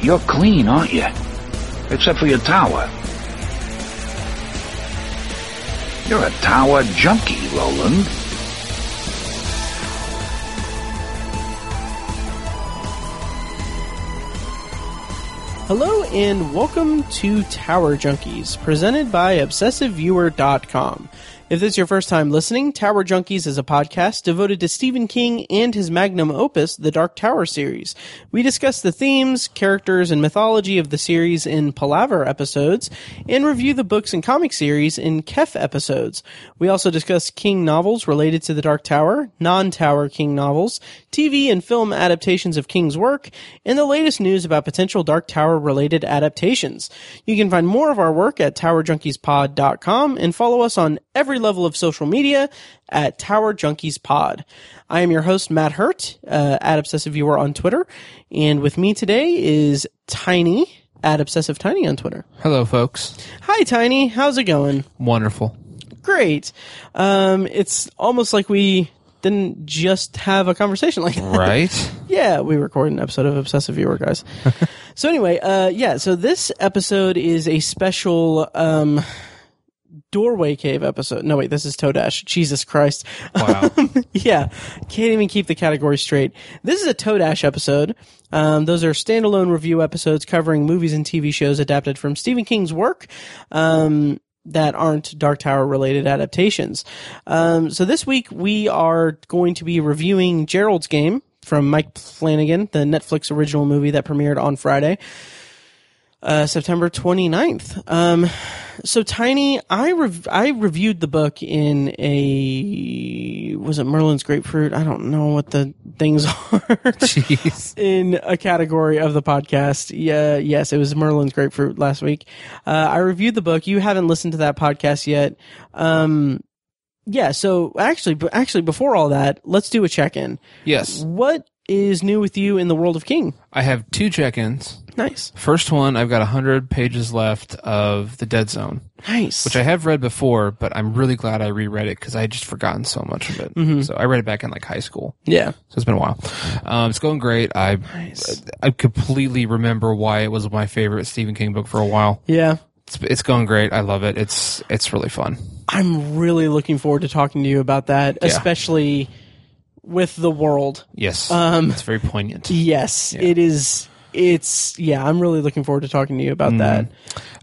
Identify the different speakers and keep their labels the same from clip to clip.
Speaker 1: You're clean, aren't you? Except for your tower. You're a tower junkie, Roland.
Speaker 2: Hello and welcome to Tower Junkies, presented by ObsessiveViewer.com. If this is your first time listening, Tower Junkies is a podcast devoted to Stephen King and his magnum opus, the Dark Tower series. We discuss the themes, characters, and mythology of the series in Palaver episodes, and review the books and comic series in Kef episodes. We also discuss King novels related to the Dark Tower, non-Tower King novels, TV and film adaptations of King's work, and the latest news about potential Dark Tower related adaptations. You can find more of our work at towerjunkiespod.com and follow us on every level of social media at Tower Junkies Pod. I am your host, Matt Hurt, uh, at Obsessive Viewer on Twitter. And with me today is Tiny, at Obsessive Tiny on Twitter.
Speaker 3: Hello, folks.
Speaker 2: Hi, Tiny. How's it going?
Speaker 3: Wonderful.
Speaker 2: Great. Um, it's almost like we didn't just have a conversation like that.
Speaker 3: Right?
Speaker 2: Yeah, we recorded an episode of Obsessive Viewer, guys. so anyway, uh, yeah, so this episode is a special um, doorway cave episode. No, wait, this is Toadash. Jesus Christ.
Speaker 3: Wow.
Speaker 2: yeah, can't even keep the category straight. This is a Toadash episode. Um, those are standalone review episodes covering movies and TV shows adapted from Stephen King's work. Um, that aren't Dark Tower related adaptations. Um, so this week we are going to be reviewing Gerald's Game from Mike Flanagan, the Netflix original movie that premiered on Friday, uh, September 29th. Um, so Tiny, I rev- I reviewed the book in a was it Merlin's Grapefruit? I don't know what the things are
Speaker 3: Jeez.
Speaker 2: in a category of the podcast. Yeah, yes, it was Merlin's Grapefruit last week. Uh, I reviewed the book. You haven't listened to that podcast yet. Um, yeah, so actually, but actually, before all that, let's do a check in.
Speaker 3: Yes.
Speaker 2: What is new with you in the world of King?
Speaker 3: I have two check ins.
Speaker 2: Nice,
Speaker 3: First one, I've got 100 pages left of The Dead Zone,
Speaker 2: nice.
Speaker 3: which I have read before, but I'm really glad I reread it because I had just forgotten so much of it. So I read it back in like high school.
Speaker 2: yeah,
Speaker 3: So it's been a while. Um, it's going great. I,
Speaker 2: Nice.
Speaker 3: I completely remember why it was my favorite Stephen King book for a while.
Speaker 2: yeah.
Speaker 3: It's, it's going great. I love it. It's, it's really fun.
Speaker 2: I'm really looking forward to talking to you about that, especially with the world.
Speaker 3: Yes.
Speaker 2: Um,
Speaker 3: it's very poignant.
Speaker 2: Yes, it is. It's yeah. I'm really looking forward to talking to you about that.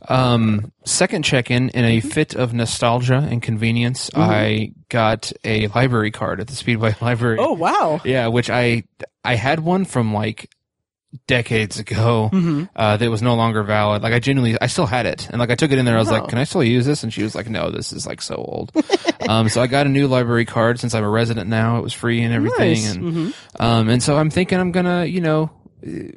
Speaker 3: Um, second check in, in
Speaker 2: Mm-hmm.
Speaker 3: a fit of nostalgia and convenience, I got a library card at the Speedway Library.
Speaker 2: Oh wow.
Speaker 3: yeah, which I I had one from like decades ago
Speaker 2: Mm-hmm.
Speaker 3: uh, that was no longer valid. Like I genuinely, I still had it, and like I took it in there. I was
Speaker 2: Oh.
Speaker 3: like, "Can I still use this?" And she was like, "No, this is like so old." um, so I got a new library card since I'm a resident now. It was free and everything,
Speaker 2: Nice. Mm-hmm.
Speaker 3: and um, and so I'm thinking I'm gonna, you know. eh,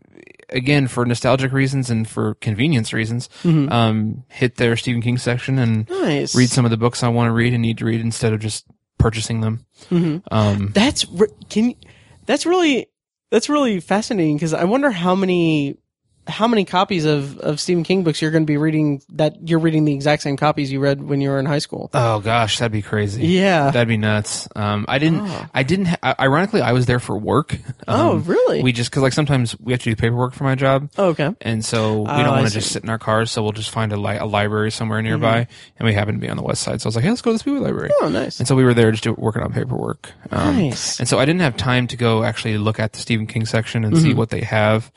Speaker 3: Again, for nostalgic reasons and for convenience reasons, um, hit their Stephen King section and
Speaker 2: Mm-hmm. Nice.
Speaker 3: read some of the books I want to read and need to read instead of just purchasing them. Um,
Speaker 2: Mm-hmm. That's re- can. you- That's really that's really fascinating because I wonder how many how many copies of of Stephen King books you're going to be reading that you're reading the exact same copies you read when you were in high school.
Speaker 3: Oh gosh, that'd be crazy.
Speaker 2: Yeah.
Speaker 3: that'd be nuts. Um, I didn't. I didn't. Ha- ironically, I was there for work.
Speaker 2: Oh,
Speaker 3: Um,
Speaker 2: really?
Speaker 3: We just because like sometimes we have to do paperwork for my job,
Speaker 2: oh, okay.
Speaker 3: and so we
Speaker 2: Oh,
Speaker 3: don't
Speaker 2: I
Speaker 3: want
Speaker 2: see.
Speaker 3: to
Speaker 2: Mm-hmm.
Speaker 3: just sit in our cars. So we'll just find a, li- a library somewhere nearby, and we happened to be on the west side. So I was like, hey, let's go to the Speedway Library.
Speaker 2: Oh, nice.
Speaker 3: And so we were there just do, working on paperwork. Um,
Speaker 2: Nice.
Speaker 3: And so I didn't have time to go actually look at the Stephen King section and
Speaker 2: Mm-hmm.
Speaker 3: see what they have.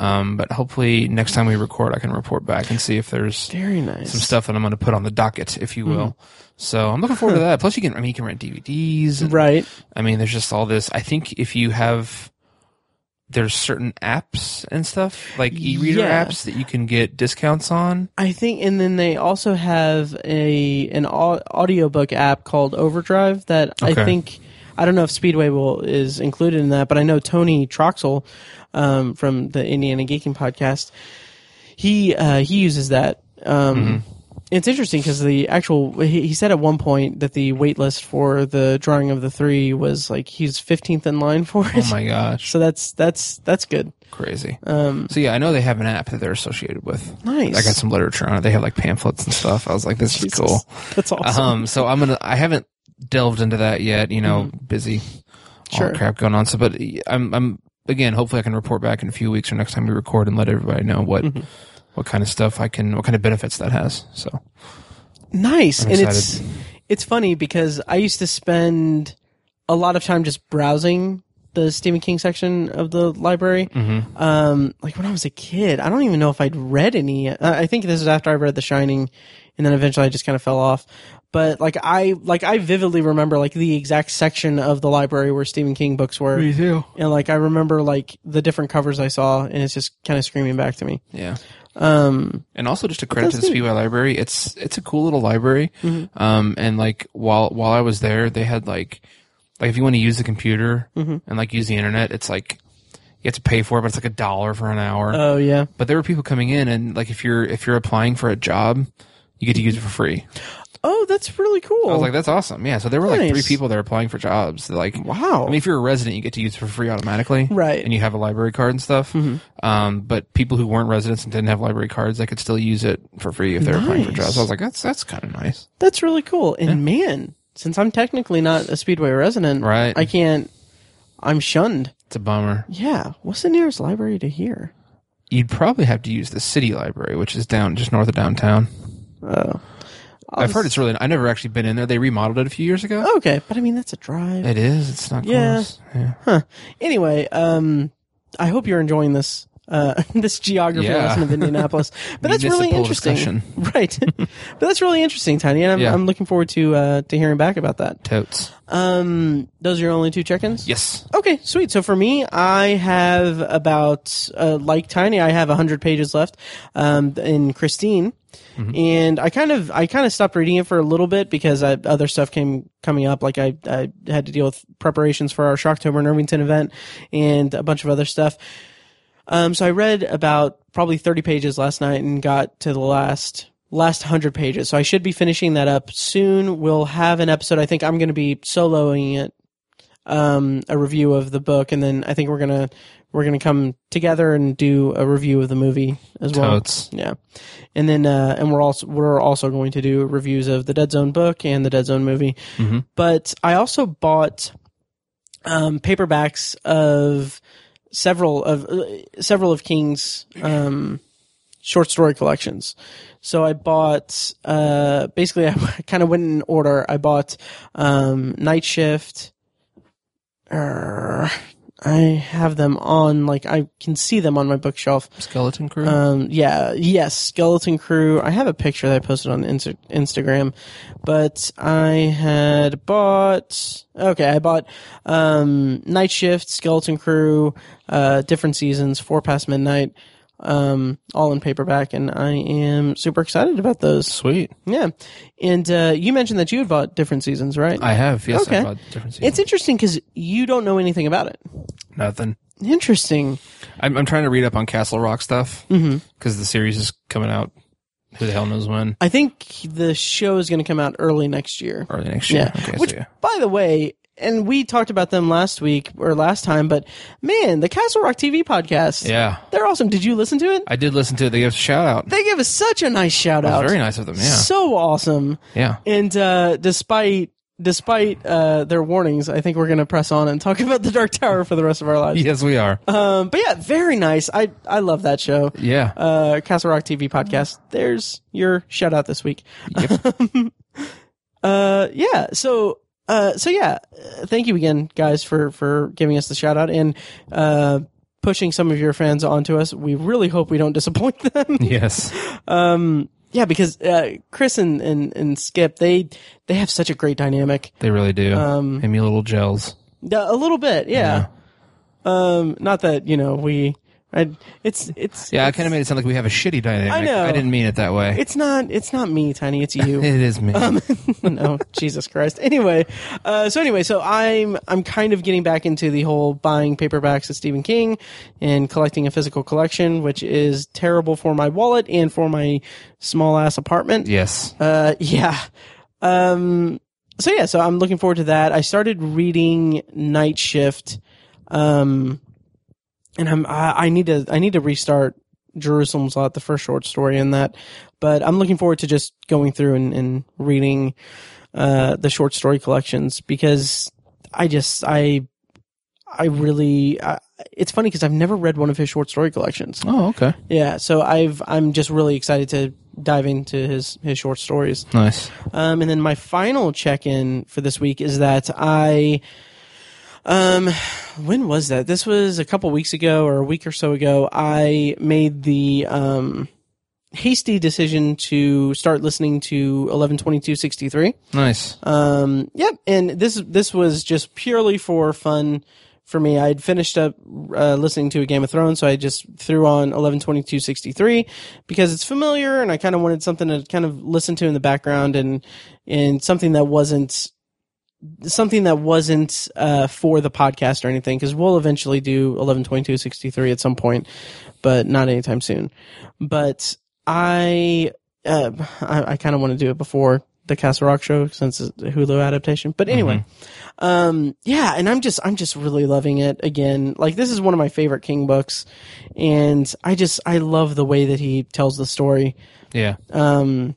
Speaker 3: Um, but hopefully next time we record, I can report back and see if there's
Speaker 2: Very nice.
Speaker 3: some stuff that I'm going to put on the docket, if you will. So I'm looking forward to that. Plus, you can, I mean, you can rent DVDs.
Speaker 2: Mm-hmm.
Speaker 3: and-
Speaker 2: Right.
Speaker 3: I mean, there's just all this. I think if you have, there's certain apps and stuff like e-reader
Speaker 2: Yeah.
Speaker 3: apps that you can get discounts on.
Speaker 2: I think, and then they also have a an au- audiobook app called Overdrive that I
Speaker 3: Okay.
Speaker 2: think I don't know if Speedway will is included in that, but I know Tony Troxel um, from the Indiana Geeking podcast he uh, he uses that. Um,
Speaker 3: Mm-hmm.
Speaker 2: It's interesting because the actual he, he said at one point that the wait list for the drawing of the three was like he's 15th in line for it.
Speaker 3: Oh my gosh,
Speaker 2: so Uh, that's that's that's good.
Speaker 3: crazy. Um, so yeah, I know they have an app that they're associated with.
Speaker 2: Nice.
Speaker 3: I got some literature on it. They have like pamphlets and stuff. I was like, this is
Speaker 2: Jesus.
Speaker 3: cool.
Speaker 2: That's awesome.
Speaker 3: Um, so I'm gonna. I haven't delved into that yet. You know, busy. all
Speaker 2: Mm-hmm. Sure.
Speaker 3: crap going on. So, but I'm I'm again, hopefully I can report back in a few weeks or next time we record and let everybody know what
Speaker 2: Mm-hmm.
Speaker 3: what kind of stuff I can, what kind of benefits that has. So
Speaker 2: Nice. and it's
Speaker 3: excited.
Speaker 2: it's funny because I used to spend a lot of time just browsing the Stephen King section of the library.
Speaker 3: Mm-hmm.
Speaker 2: Um, like when I was a kid, I don't even know if I'd read any. Uh, I think this is after I read The Shining, and then eventually I just kind of fell off. But like I like I vividly remember like the exact section of the library where Stephen King books were.
Speaker 3: too.
Speaker 2: And like I remember like the different covers I saw, and it's just kind of screaming back to me.
Speaker 3: Yeah.
Speaker 2: Um,
Speaker 3: And also just a credit to the
Speaker 2: that's Mm-hmm. neat.
Speaker 3: Speedway Library. It's it's a cool little library. Um and like while while I was there, they had like like if you want to use the computer
Speaker 2: Mm-hmm.
Speaker 3: and like use the internet, it's like you have to pay for it, but it's like a dollar for an hour.
Speaker 2: oh yeah.
Speaker 3: but there were people coming in and like if you're if you're applying for a job, you get to use it for free.
Speaker 2: Oh, that's really cool.
Speaker 3: I was like, that's awesome. Yeah. So there were like
Speaker 2: Nice.
Speaker 3: three people there applying for jobs. They're like,
Speaker 2: Wow.
Speaker 3: I mean, if you're a resident, you get to use it for free automatically.
Speaker 2: Right. Mm-hmm.
Speaker 3: And you have a library card and stuff. Um, but people who weren't residents and didn't have library cards, they could still use it for free if they were applying for
Speaker 2: Nice.
Speaker 3: jobs. I was like, that's, that's kind of nice.
Speaker 2: That's really cool. And man, since I'm technically not a Speedway resident,
Speaker 3: Right.
Speaker 2: I can't. I'm shunned.
Speaker 3: It's a bummer.
Speaker 2: Yeah. What's the nearest library to here?
Speaker 3: You'd probably have to use the city library, which is down just north of downtown.
Speaker 2: Oh.
Speaker 3: i have heard it's really, I never actually been in there. They remodeled it a few years ago.
Speaker 2: Oh, okay, but I mean that's a drive.
Speaker 3: It is. It's not
Speaker 2: Oh. Yeah.
Speaker 3: close. Yeah.
Speaker 2: Anyway, um, I hope you're enjoying this. Uh, this geography
Speaker 3: Yeah.
Speaker 2: lesson of Indianapolis, but that's really
Speaker 3: Municipal
Speaker 2: interesting,
Speaker 3: discussion.
Speaker 2: right? but that's really interesting, Tiny, and I'm,
Speaker 3: Yeah.
Speaker 2: I'm looking forward to uh, to hearing back about that.
Speaker 3: Totes.
Speaker 2: Um, those are your only two check-ins.
Speaker 3: Yes.
Speaker 2: Okay, sweet. So for me, I have about uh, like Tiny. I have hundred pages left um, in Christine, and I kind of I kind of stopped reading it for a little bit because I, other stuff came coming up. Like I, I had to deal with preparations for our Shocktober and Irvington event, and a bunch of other stuff. Um, so I read about probably 30 pages last night and got to the last last 100 pages. So I should be finishing that up soon. We'll have an episode. I think I'm going to be soloing it um a review of the book and then I think we're going to we're going to come together and do a review of the movie as well.
Speaker 3: Totes.
Speaker 2: Yeah. And then uh and we're also we're also going to do reviews of the Dead Zone book and the Dead Zone movie. But I also bought um paperbacks of several of uh, several of King's um, short story collections. So I bought uh, basically I kind of went in order. I bought um, Night Shift. Err, I have them on like I can see them on my bookshelf.
Speaker 3: Skeleton crew.
Speaker 2: Um, yeah, yes, Skeleton Crew. I have a picture that I posted on Insta- Instagram, but I had bought. Okay, I bought um, Night Shift, Skeleton Crew, uh, different seasons, Four Past Midnight, um, all in paperback, and I am super excited about those.
Speaker 3: Sweet.
Speaker 2: Yeah, and uh, you mentioned that you had bought different seasons, right?
Speaker 3: I have. Yes.
Speaker 2: Okay.
Speaker 3: I bought different seasons.
Speaker 2: it's interesting because you don't know anything about it.
Speaker 3: Nothing.
Speaker 2: Interesting.
Speaker 3: I'm, I'm trying to read up on Castle Rock stuff because
Speaker 2: Mm-hmm.
Speaker 3: the series is coming out. Who the hell knows when?
Speaker 2: I think the show is going to come out early next year.
Speaker 3: Early next year.
Speaker 2: Yeah.
Speaker 3: Okay,
Speaker 2: Which,
Speaker 3: so yeah.
Speaker 2: by the way, and we talked about them last week or last time, but man, the Castle Rock TV podcast.
Speaker 3: Yeah.
Speaker 2: They're awesome. Did you listen to it?
Speaker 3: I did listen to it. They gave us a shout out.
Speaker 2: they gave us such a nice shout
Speaker 3: That
Speaker 2: out.
Speaker 3: was very nice of them. Yeah.
Speaker 2: So awesome.
Speaker 3: Yeah.
Speaker 2: And uh, despite despite uh, their warnings, I think we're going to press on and talk about the Dark Tower for the rest of our lives.
Speaker 3: Yes, we are.
Speaker 2: Um, but yeah, very nice. I I love that show.
Speaker 3: yeah.
Speaker 2: Uh, Castle Rock TV podcast. There's your shout out this week. uh, yeah. So, uh, so yeah. uh, Thank you again, guys, for for giving us the shout out and uh, pushing some of your fans onto us. We really hope we don't disappoint them.
Speaker 3: yes.
Speaker 2: yeah, because uh, Chris and, and and Skip they they have such a great dynamic.
Speaker 3: They really do. Um, Give me little gels.
Speaker 2: Uh, A little bit, yeah. Um, not that you know we. I, it's it's
Speaker 3: Yeah. I
Speaker 2: it's-
Speaker 3: kind of made it sound like we have a shitty dynamic.
Speaker 2: I know.
Speaker 3: I didn't mean it that way.
Speaker 2: It's not. It's not me, Tiny. It's um, you.
Speaker 3: it is me.
Speaker 2: no, Jesus Christ. Anyway, uh, so anyway, so I'm I'm kind of getting back into the whole buying paperbacks of Stephen King and collecting a physical collection, which is terrible for my wallet and for my small ass apartment.
Speaker 3: yes.
Speaker 2: Uh, yeah. Um, so yeah, so I'm looking forward to that. I started reading Night Shift, um, and I'm I, I need to I need to restart Jerusalem's Lot, the first short story in that. But I'm looking forward to just going through and, and reading uh, the short story collections because I just I I really I, it's funny because I've never read one of his short story collections.
Speaker 3: Oh, okay.
Speaker 2: Yeah, so I've I'm just really excited to dive into his his short stories.
Speaker 3: Nice.
Speaker 2: Um, and then my final check in for this week is that I, um, when was that? This was a couple weeks ago or a week or so ago. I made the um hasty decision to start listening to eleven twenty two sixty three.
Speaker 3: Nice.
Speaker 2: Um, yep, and this this was just purely for fun for me. I had finished up uh, listening to a Game of Thrones, so I just threw on eleven twenty two sixty three because it's familiar, and I kind of wanted something to kind of listen to in the background, and and something that wasn't something that wasn't uh, for the podcast or anything because we'll eventually do 112263 at some point but not anytime soon but i uh, i, I kind of want to do it before the castle rock show since it's a hulu adaptation but anyway um yeah and i'm just i'm just really loving it again like this is one of my favorite king books and i just i love the way that he tells the story
Speaker 3: yeah.
Speaker 2: um,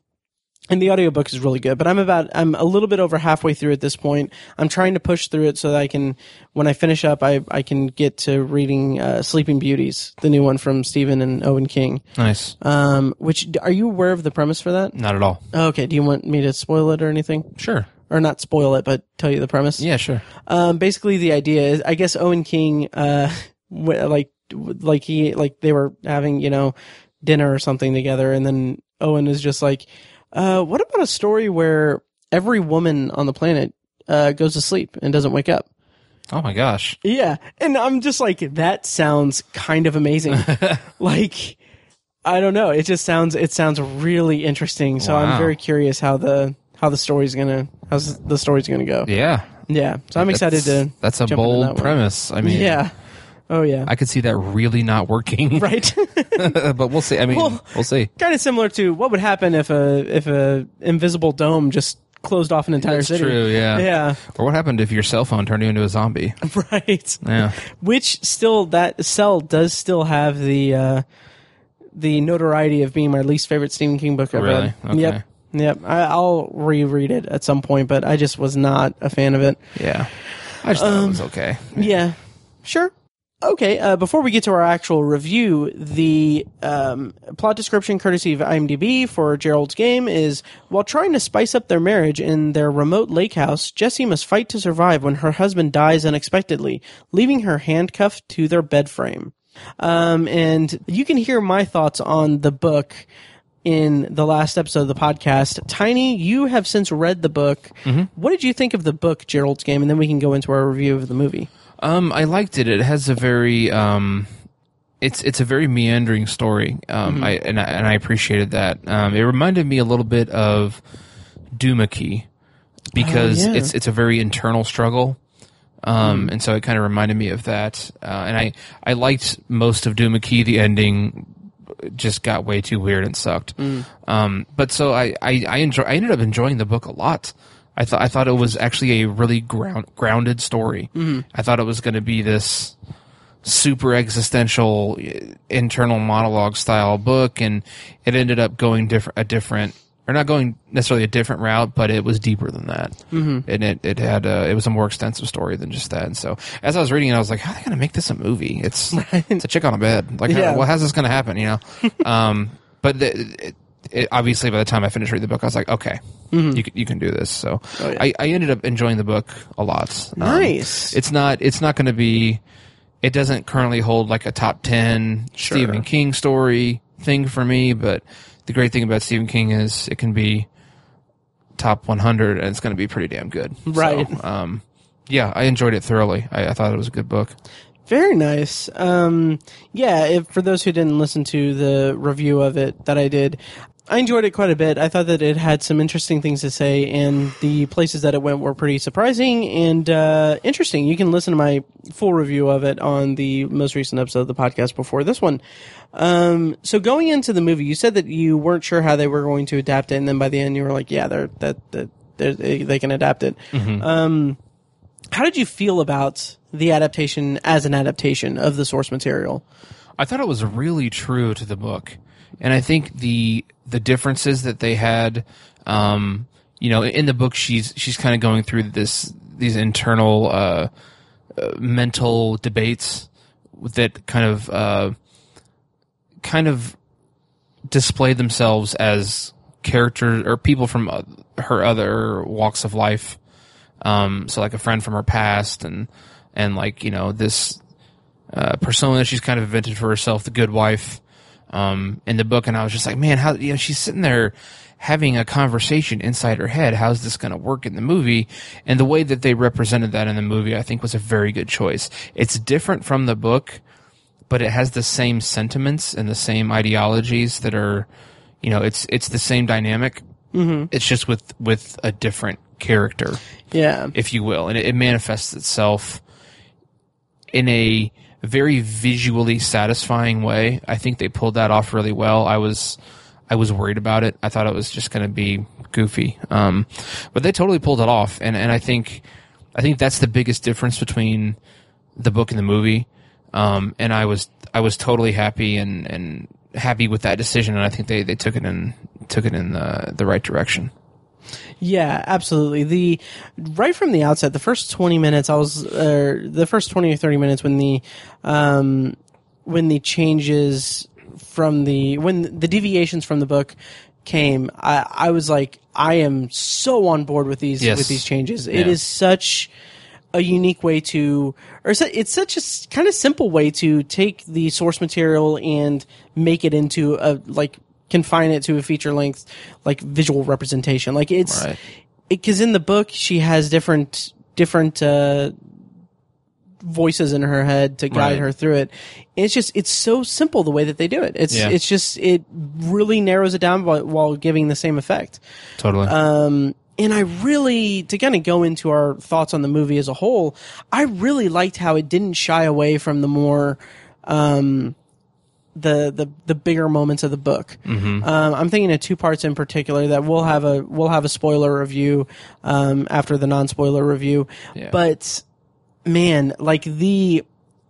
Speaker 2: and the audiobook is really good, but I'm about, I'm a little bit over halfway through at this point. I'm trying to push through it so that I can, when I finish up, I, I can get to reading, uh, Sleeping Beauties, the new one from Stephen and Owen King.
Speaker 3: Nice.
Speaker 2: Um, which, are you aware of the premise for that?
Speaker 3: Not at all.
Speaker 2: Oh, Okay. Do you want me to spoil it or anything?
Speaker 3: Sure.
Speaker 2: Or not spoil it, but tell you the premise?
Speaker 3: Yeah, sure.
Speaker 2: Um, basically the idea is, I guess Owen King, uh, w- like, w- like he, like they were having, you know, dinner or something together. And then Owen is just like, uh, what about a story where every woman on the planet, uh, goes to sleep and doesn't wake up?
Speaker 3: Oh my gosh.
Speaker 2: Yeah. And I'm just like, that sounds kind of amazing. like, I don't know. It just sounds, it sounds really interesting. So I'm
Speaker 3: Wow.
Speaker 2: very curious how the, how the story's gonna, how's the story's gonna go.
Speaker 3: Yeah.
Speaker 2: Yeah. So I'm excited
Speaker 3: That's-
Speaker 2: to.
Speaker 3: That's a
Speaker 2: jump into
Speaker 3: bold
Speaker 2: that one.
Speaker 3: premise. I mean,
Speaker 2: Yeah. Oh yeah.
Speaker 3: I could see that really not working.
Speaker 2: right.
Speaker 3: but we'll see. I mean,
Speaker 2: Well-
Speaker 3: we'll see.
Speaker 2: kind of similar to what would happen if a if a invisible dome just closed off an entire city.
Speaker 3: True. Yeah.
Speaker 2: Yeah.
Speaker 3: Or what happened if your cell phone turned you into a zombie?
Speaker 2: Right.
Speaker 3: Yeah.
Speaker 2: Which still that cell does still have the uh the notoriety of being my least favorite Stephen King book I've
Speaker 3: Really?
Speaker 2: read.
Speaker 3: Okay.
Speaker 2: Yep. Yep. I, I'll reread it at some point, but I just was not a fan of it.
Speaker 3: Yeah. I just
Speaker 2: Um,
Speaker 3: thought it was okay.
Speaker 2: Yeah. Sure. Okay, uh, before we get to our actual review, the um, plot description courtesy of IMDb for Gerald's game is while trying to spice up their marriage in their remote lake house, Jessie must fight to survive when her husband dies unexpectedly, leaving her handcuffed to their bed frame. Um, and you can hear my thoughts on the book in the last episode of the podcast. Tiny, you have since read the book. What did you think of the book, Gerald's Game? And then we can go into our review of the movie.
Speaker 3: Um, I liked it. It has a very um, it's it's a very meandering story. Um, I and I and I appreciated that. Um, it reminded me a little bit of Dumaki because
Speaker 2: yeah.
Speaker 3: it's it's a very internal struggle. Um, and so it kind of reminded me of that. Uh, and I I liked most of Dumaki. The ending just got way too weird and sucked. Um, but so I, I, I enjoy, I ended up enjoying the book a lot. I thought, I thought it was actually a really ground, grounded story. I thought it was going to be this super existential eh, internal monologue style book. And it ended up going different, a different, or not going necessarily a different route, but it was deeper than that. Mm-hmm. And it, it had a, it was a more extensive story than just that. And so as I was reading it, I was like, how are they going to make this a movie? It's, it's a chick on a bed. Like,
Speaker 2: Yeah.
Speaker 3: how, well, how's this going to happen? You know, um, but the, it, it, obviously, by the time I finished reading the book, I was like, okay, you can, you can do this. So
Speaker 2: Mm-hmm. Oh, yeah.
Speaker 3: I, I ended up enjoying the book a lot. Um,
Speaker 2: Nice.
Speaker 3: it's not it's not going to be. It doesn't currently hold like a top ten Stephen King story thing for me, but the great thing about Stephen King is it can be top 100 and it's going to be pretty damn good. So,
Speaker 2: Right.
Speaker 3: um, yeah, I enjoyed it thoroughly. I, I thought it was a good book.
Speaker 2: Very nice. Um, yeah, if, for those who didn't listen to the review of it that I did, I enjoyed it quite a bit. I thought that it had some interesting things to say, and the places that it went were pretty surprising and uh, interesting. You can listen to my full review of it on the most recent episode of the podcast before this one. Um, so going into the movie, you said that you weren't sure how they were going to adapt it, and then by the end, you were like, "Yeah, they're that that they're, they they can adapt it." How did you feel about the adaptation as an adaptation of the source material?
Speaker 3: I thought it was really true to the book, and I think the the differences that they had, um, you know, in the book she's she's kind of going through this these internal uh, uh, mental debates that kind of uh, kind of displayed themselves as characters or people from uh, her other walks of life. Um, so like a friend from her past and and like you know this uh, persona she's kind of invented for herself, the good wife, um, in the book. And I was just like, man, how you know she's sitting there having a conversation inside her head. How's this going to work in the movie? And the way that they represented that in the movie, I think, was a very good choice. It's different from the book, but it has the same sentiments and the same ideologies that are, you know, it's it's the same dynamic. Mm-hmm. It's just with with a different character
Speaker 2: Yeah.
Speaker 3: if you will, and it, it manifests itself in a very visually satisfying way. I think they pulled that off really well. I was I was worried about it. I thought it was just going to be goofy, um, but they totally pulled it off, and and I think I think that's the biggest difference between the book and the movie. Um, and I was I was totally happy and and happy with that decision, and I think they, they took it in took it in the the right direction.
Speaker 2: Yeah, absolutely. The right from the outset, the first twenty minutes, I was uh, the first twenty or thirty minutes when the um, when the changes from the when the deviations from the book came, I, I was like, I am so on board with these
Speaker 3: Yes.
Speaker 2: with these changes. It
Speaker 3: Yeah.
Speaker 2: is such a unique way to, or su- it's such a s- kind of simple way to take the source material and make it into a like confine it to a feature length like visual representation. Like it's
Speaker 3: Right.
Speaker 2: because in the book she has different different uh, voices in her head to guide
Speaker 3: Right.
Speaker 2: her through it. And it's just it's so simple the way that they do it. It's
Speaker 3: Yeah.
Speaker 2: it's just it really narrows it down while, while giving the same effect.
Speaker 3: Totally.
Speaker 2: Um, and I really, to kind of go into our thoughts on the movie as a whole, I really liked how it didn't shy away from the more, um, the, the the bigger moments of the book. Um, I'm thinking of two parts in particular that we'll have a we'll have a spoiler review um, after the non spoiler review.
Speaker 3: Yeah.
Speaker 2: But man, like the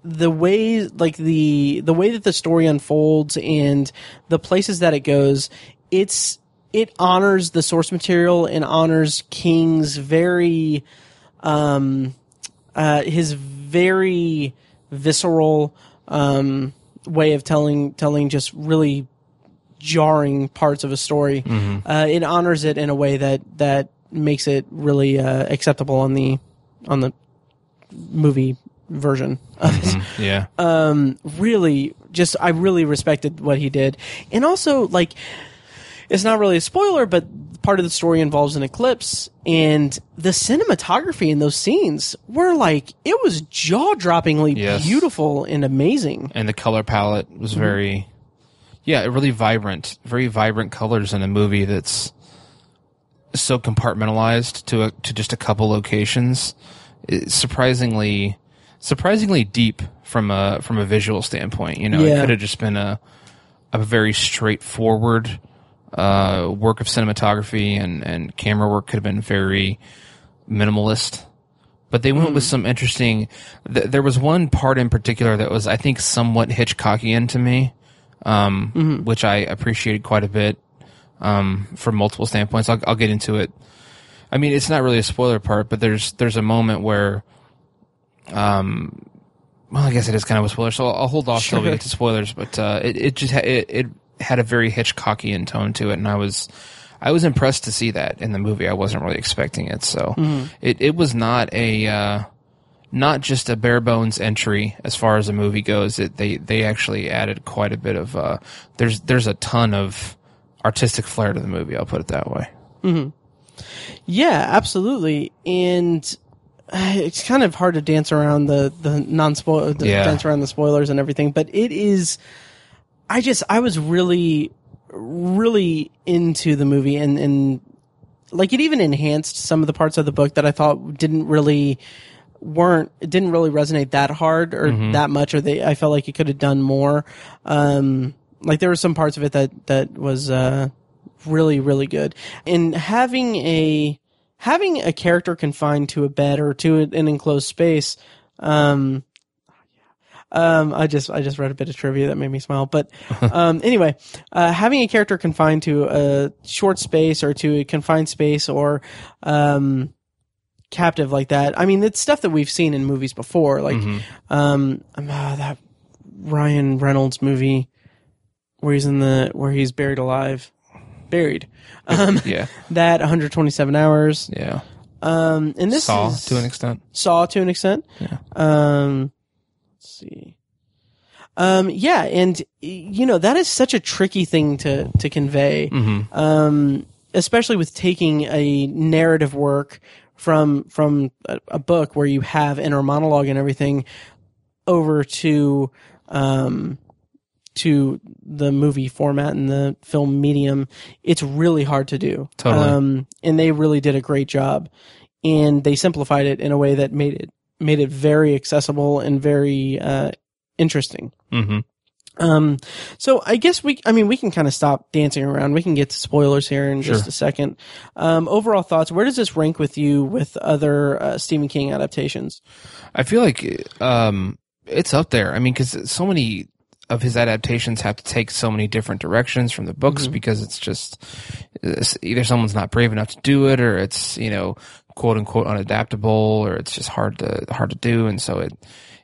Speaker 2: the way like the the way that the story unfolds and the places that it goes it's it honors the source material and honors king's very um uh his very visceral um way of telling telling just really jarring parts of a story uh it honors it in a way that that makes it really uh acceptable on the on the movie version of it
Speaker 3: yeah.
Speaker 2: really just I really respected what he did. And also like it's not really a spoiler, but part of the story involves an eclipse and the cinematography in those scenes were like it was jaw droppingly
Speaker 3: Yes.
Speaker 2: beautiful and amazing.
Speaker 3: and the color palette was very yeah really vibrant very vibrant colors in a movie that's so compartmentalized to a, to just a couple locations It's surprisingly surprisingly deep from a from a visual standpoint you know
Speaker 2: Yeah.
Speaker 3: it could have just been a a very straightforward uh, work of cinematography and and camera work could have been very minimalist but they went with some interesting. Th- there was one part in particular that was, I think, somewhat Hitchcockian to me, um, which I appreciated quite a bit um, from multiple standpoints. I'll, I'll get into it. I mean, it's not really a spoiler part, but there's there's a moment where, um, well, I guess it is kind of a spoiler, so I'll, I'll hold off till we
Speaker 2: Sure.
Speaker 3: get to spoilers. But uh, it it just ha- it, it had a very Hitchcockian tone to it, and I was. I was impressed to see that in the movie. I wasn't really expecting it, so it it was not a uh, not just a bare bones entry as far as a movie goes. It, they they actually added quite a bit of uh, there's there's a ton of artistic flair to the movie. I'll put it that way.
Speaker 2: Yeah, absolutely. And uh, it's kind of hard to dance around the the non spoil
Speaker 3: Yeah.
Speaker 2: dance around the spoilers and everything, but it is I just I was really really into the movie and and like it even enhanced some of the parts of the book that I thought didn't really weren't it didn't really resonate that hard or that much or they I felt like it could have done more um like there were some parts of it that that was uh really really good and having a having a character confined to a bed or to an enclosed space um um, I just I just read a bit of trivia that made me smile, but um, anyway, uh, having a character confined to a short space or to a confined space or um, captive like that, I mean, it's stuff that we've seen in movies before. Like, um, um, ah, that Ryan Reynolds movie where he's in the where he's buried alive, buried. Um,
Speaker 3: Yeah,
Speaker 2: that 127 hours.
Speaker 3: yeah.
Speaker 2: Um, and this
Speaker 3: Saw
Speaker 2: is,
Speaker 3: to an extent.
Speaker 2: Saw to an extent.
Speaker 3: Yeah.
Speaker 2: Um, let's see. Um, yeah, and you know that is such a tricky thing to to convey, um, especially with taking a narrative work from from a, a book where you have inner monologue and everything over to um, to the movie format and the film medium. It's really hard to do.
Speaker 3: Totally.
Speaker 2: Um, and they really did a great job, and they simplified it in a way that made it made it very accessible and very uh, interesting.
Speaker 3: Mm-hmm.
Speaker 2: Um, so I guess we, I mean, we can kind of stop dancing around. We can get to spoilers here in just
Speaker 3: Sure.
Speaker 2: a second. Um, overall thoughts. Where does this rank with you with other uh, Stephen King adaptations?
Speaker 3: I feel like um, it's up there. I mean, because so many of his adaptations have to take so many different directions from the books because it's just it's either someone's not brave enough to do it, or it's you know quote unquote unadaptable, or it's just hard to hard to do, and so it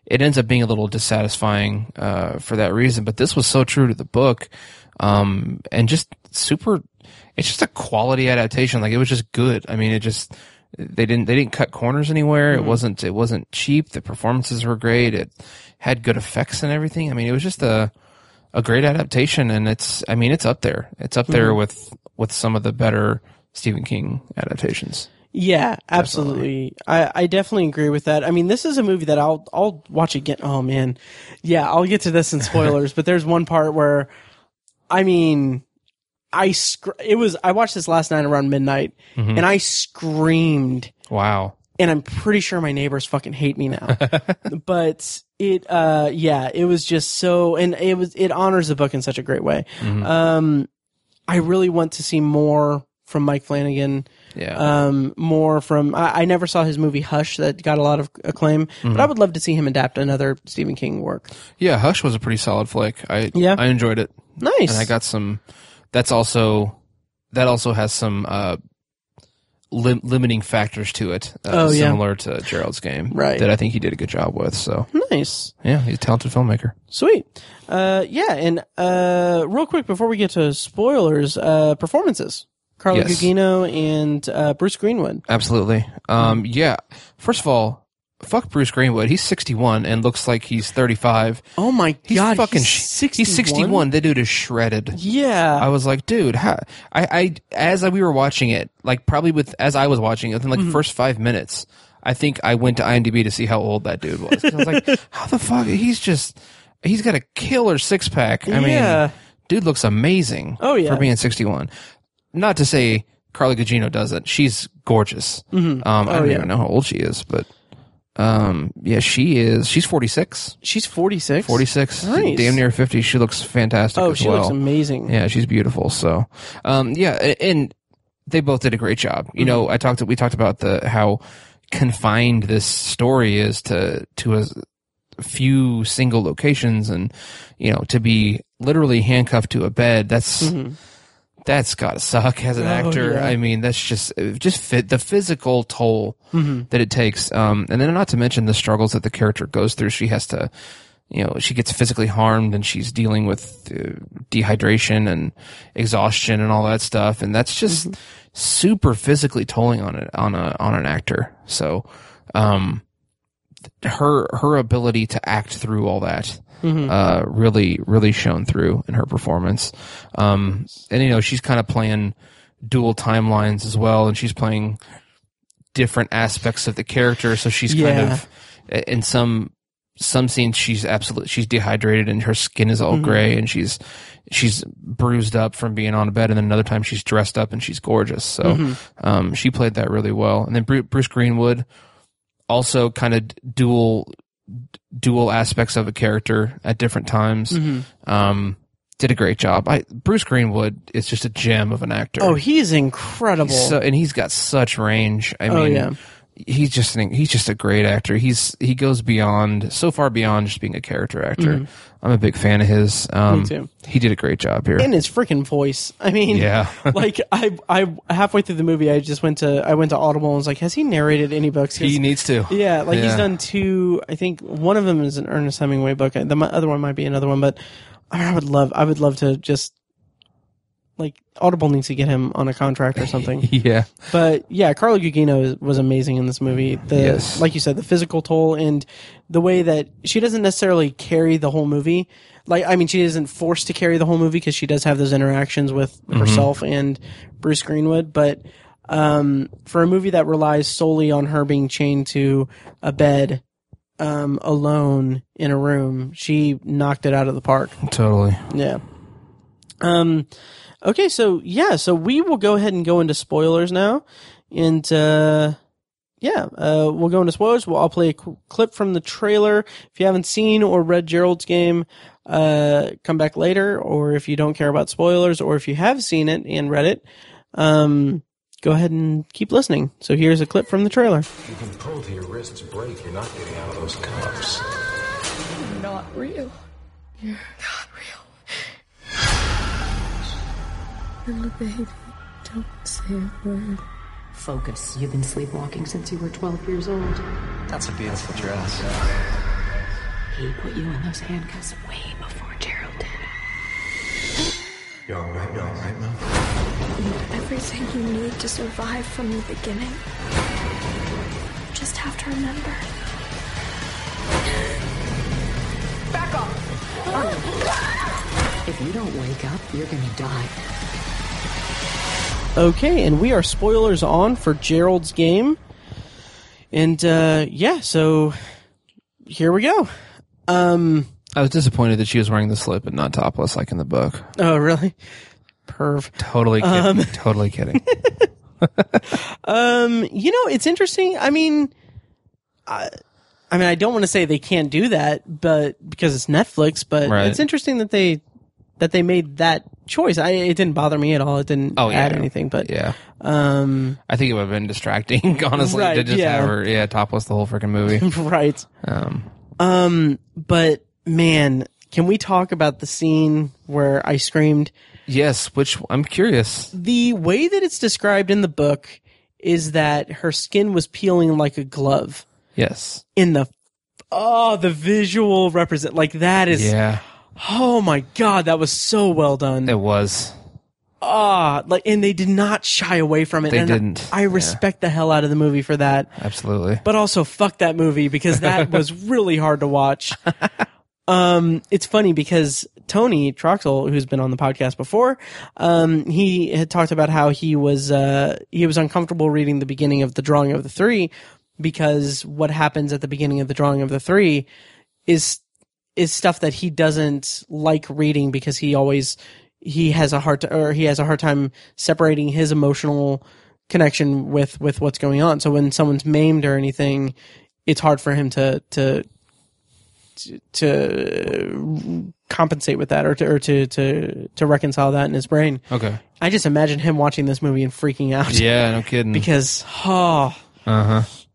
Speaker 3: it ends up being a little dissatisfying uh, for that reason. But this was so true to the book, um, and just super. It's just a quality adaptation. Like it was just good. I mean, it just they didn't they didn't cut corners anywhere. It wasn't it wasn't cheap. The performances were great. It had good effects and everything. I mean, it was just a a great adaptation, and it's I mean it's up there. It's up
Speaker 2: Mm-hmm.
Speaker 3: there with with some of the better Stephen King adaptations.
Speaker 2: Yeah, absolutely. I, I definitely agree with that. I mean, this is a movie that I'll I'll watch again. Oh man, yeah, I'll get to this in spoilers. but there's one part where, I mean, I scr- it was I watched this last night around midnight, and I screamed.
Speaker 3: Wow.
Speaker 2: and I'm pretty sure my neighbors fucking hate me now. but it, uh, yeah, it was just so, and it was, it honors the book in such a great way.
Speaker 3: Mm-hmm.
Speaker 2: Um, I really want to see more from Mike Flanagan.
Speaker 3: Yeah.
Speaker 2: Um, more from, I, I never saw his movie Hush that got a lot of acclaim,
Speaker 3: Mm-hmm.
Speaker 2: but I would love to see him adapt another Stephen King work.
Speaker 3: yeah. Hush was a pretty solid flick. I
Speaker 2: Yeah.
Speaker 3: I enjoyed it.
Speaker 2: Nice.
Speaker 3: and I got some. That's also that also has some uh, lim- limiting factors to it, uh,
Speaker 2: Oh, yeah.
Speaker 3: similar to Gerald's game,
Speaker 2: Right.
Speaker 3: That I think he did a good job with. So
Speaker 2: nice.
Speaker 3: yeah, he's a talented filmmaker.
Speaker 2: Sweet. Uh, yeah, and uh, real quick before we get to spoilers, uh, performances. Carla
Speaker 3: Yes.
Speaker 2: Gugino and uh, Bruce Greenwood.
Speaker 3: Absolutely. Um, yeah. First of all, fuck Bruce Greenwood. He's sixty one and looks like he's thirty five.
Speaker 2: Oh my
Speaker 3: He's
Speaker 2: god,
Speaker 3: fucking
Speaker 2: he's
Speaker 3: sh-
Speaker 2: 61?
Speaker 3: He's sixty one. The dude is shredded.
Speaker 2: Yeah.
Speaker 3: I was like, dude, how? I, I, as we were watching it, like probably with, as I was watching it, within like the
Speaker 2: Mm-hmm.
Speaker 3: first five minutes, I think I went to IMDb to see how old that dude was. 'Cause I was like, how the fuck? He's just, he's got a killer six pack. I
Speaker 2: Yeah.
Speaker 3: mean, dude looks amazing.
Speaker 2: Oh, yeah.
Speaker 3: For being 61. Not to say Carla Gugino doesn't. She's gorgeous. Um, I don't
Speaker 2: Mm-hmm. Oh, yeah.
Speaker 3: even know how old she is, but, um, yeah, she is, she's 46.
Speaker 2: She's 46.
Speaker 3: 46.
Speaker 2: Nice.
Speaker 3: Damn near 50. She looks fantastic
Speaker 2: Oh,
Speaker 3: as
Speaker 2: she
Speaker 3: well.
Speaker 2: looks amazing.
Speaker 3: Yeah, she's beautiful. So, um, yeah, a- and they both did a great job.
Speaker 2: Mm-hmm.
Speaker 3: You know, I talked we talked about the how confined this story is to to a few single locations, and you know, to be literally handcuffed to a bed. That's that's gotta suck as an
Speaker 2: Mm-hmm. Oh,
Speaker 3: actor.
Speaker 2: yeah.
Speaker 3: I mean, that's just uh, just fit the physical toll
Speaker 2: Mm-hmm.
Speaker 3: that it takes. Um, and then not to mention the struggles that the character goes through. She has to, you know, she gets physically harmed and she's dealing with uh, dehydration and exhaustion and all that stuff. And that's just
Speaker 2: Mm-hmm.
Speaker 3: super physically tolling on it on a on an actor. So, um, her her ability to act through all that uh, really really shone through in her performance. Um, and you know she's kind of playing dual timelines as well, and she's playing different aspects of the character. So she's kind
Speaker 2: Yeah.
Speaker 3: of in some some scenes she's absolutely she's dehydrated and her skin is all gray and she's she's bruised up from being on a bed and then another time she's dressed up and she's gorgeous so
Speaker 2: Mm-hmm.
Speaker 3: um, she played that really well and then Bru- bruce greenwood also kind of dual dual aspects of a character at different times.
Speaker 2: Mm-hmm.
Speaker 3: Um, did a great job. I, Bruce Greenwood is just a gem of an actor.
Speaker 2: Oh, he's incredible.
Speaker 3: He's so, and he's got such range. I
Speaker 2: Oh,
Speaker 3: mean,
Speaker 2: yeah.
Speaker 3: he's just an, he's just a great actor. He's he goes beyond so far beyond just being a character actor. I'm a big fan of his. Um,
Speaker 2: Mm-hmm. too.
Speaker 3: He did a great job here.
Speaker 2: and his freaking voice. I mean,
Speaker 3: Yeah.
Speaker 2: like I, I halfway through the movie, I just went to I went to Audible and was like, has he narrated any books? 'Cause-
Speaker 3: he needs to.
Speaker 2: yeah, like he's
Speaker 3: Yeah.
Speaker 2: done two. I think one of them is an Ernest Hemingway book. The mi- other one might be another one, but I would love, I would love to just like Audible needs to get him on a contract or something.
Speaker 3: Yeah.
Speaker 2: But yeah, Carlo Gugino was amazing in this movie. The
Speaker 3: Yes.
Speaker 2: like you said, the physical toll and the way that she doesn't necessarily carry the whole movie. Like I mean, she isn't forced to carry the whole movie because she does have those interactions with herself and Bruce Greenwood. But um, for a movie that relies solely on her being chained to a bed um, alone in a room, she knocked it out of the park.
Speaker 3: Totally.
Speaker 2: Yeah. Um. Okay. So yeah. So we will go ahead and go into spoilers now, and uh, yeah, uh, we'll go into spoilers. We'll, I'll play a qu- clip from the trailer. If you haven't seen or read Gerald's game, uh, come back later. Or if you don't care about spoilers, or if you have seen it and read it, um, go ahead and keep listening. So here's a clip from the trailer.
Speaker 4: You can pull to your wrists break. You're not getting out of those cuffs.
Speaker 5: not real. You're not real. Little baby, don't say a word.
Speaker 6: Focus. You've been sleepwalking since you were 12 years old.
Speaker 7: That's a beautiful dress.
Speaker 6: He put you in those handcuffs way before Gerald did.
Speaker 4: You're all right, you're all right, Mom.
Speaker 5: Everything you need to survive from the beginning. You Just have to remember.
Speaker 6: If you don't wake up, you're gonna die.
Speaker 2: Okay, and we are spoilers on for Gerald's game. And uh yeah, so here we go.
Speaker 3: I was disappointed that she was wearing the slip and not topless like in the book.
Speaker 2: Oh, really? Perv.
Speaker 3: Totally kidding.
Speaker 2: Um,
Speaker 3: totally kidding.
Speaker 2: You know, it's interesting. I mean, I, I mean, I don't want to say they can't do that, but because it's Netflix, but
Speaker 3: Right.
Speaker 2: it's interesting that they that they made that choice. I it didn't bother me at all. It didn't
Speaker 3: Oh, yeah.
Speaker 2: add anything, but
Speaker 3: yeah.
Speaker 2: um
Speaker 3: I think it would have been distracting, honestly,
Speaker 2: Right,
Speaker 3: to just
Speaker 2: yeah.
Speaker 3: have her yeah, topless the whole freaking movie.
Speaker 2: right.
Speaker 3: Um,
Speaker 2: But man, can we talk about the scene where I screamed
Speaker 3: yes, which I'm curious.
Speaker 2: the way that it's described in the book is that her skin was peeling like a glove
Speaker 3: Yes.
Speaker 2: in the oh the visual represent like that is
Speaker 3: Yeah.
Speaker 2: oh my god that was so well done
Speaker 3: It was.
Speaker 2: ah like and they did not shy away from it
Speaker 3: They
Speaker 2: and
Speaker 3: didn't.
Speaker 2: i
Speaker 3: Yeah.
Speaker 2: respect the hell out of the movie for that
Speaker 3: Absolutely.
Speaker 2: but also fuck that movie because that was really hard to watch. um, it's funny because Tony Troxel, who's been on the podcast before, um, he had talked about how he was uh, he was uncomfortable reading the beginning of the drawing of the three because what happens at the beginning of the drawing of the three is is stuff that he doesn't like reading because he always he has a hard to, or he has a hard time separating his emotional connection with with what's going on. So when someone's maimed or anything, it's hard for him to to to- to compensate with that or to or to to to reconcile that in his brain.
Speaker 3: Okay.
Speaker 2: I just imagine him watching this movie and freaking out
Speaker 3: Yeah, no kidding.
Speaker 2: because oh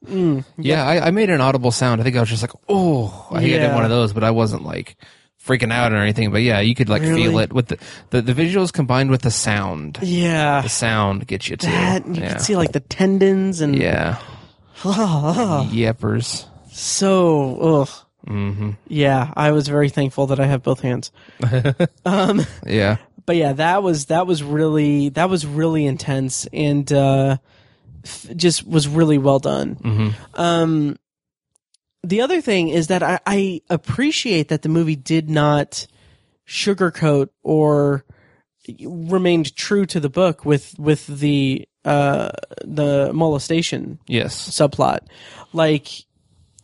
Speaker 3: yeah, I, I made an audible sound. I think I was just like, oh, I think I
Speaker 2: Yeah.
Speaker 3: did one of those, but I wasn't like freaking out or anything. But yeah, you could like feel
Speaker 2: Really?
Speaker 3: it with the, the the visuals combined with the sound.
Speaker 2: yeah.
Speaker 3: The sound gets you too.
Speaker 2: That and you
Speaker 3: yeah.
Speaker 2: can see like the tendons and
Speaker 3: yeah. Yeppers.
Speaker 2: so ugh. Yeah, I was very thankful that I have both hands.
Speaker 3: Yeah.
Speaker 2: but yeah, that was that was really that was really intense and uh, f- just was really well done. Um, the other thing is that I, I appreciate that the movie did not sugarcoat or remained true to the book with with the uh, the molestation
Speaker 3: Yes.
Speaker 2: subplot. Like,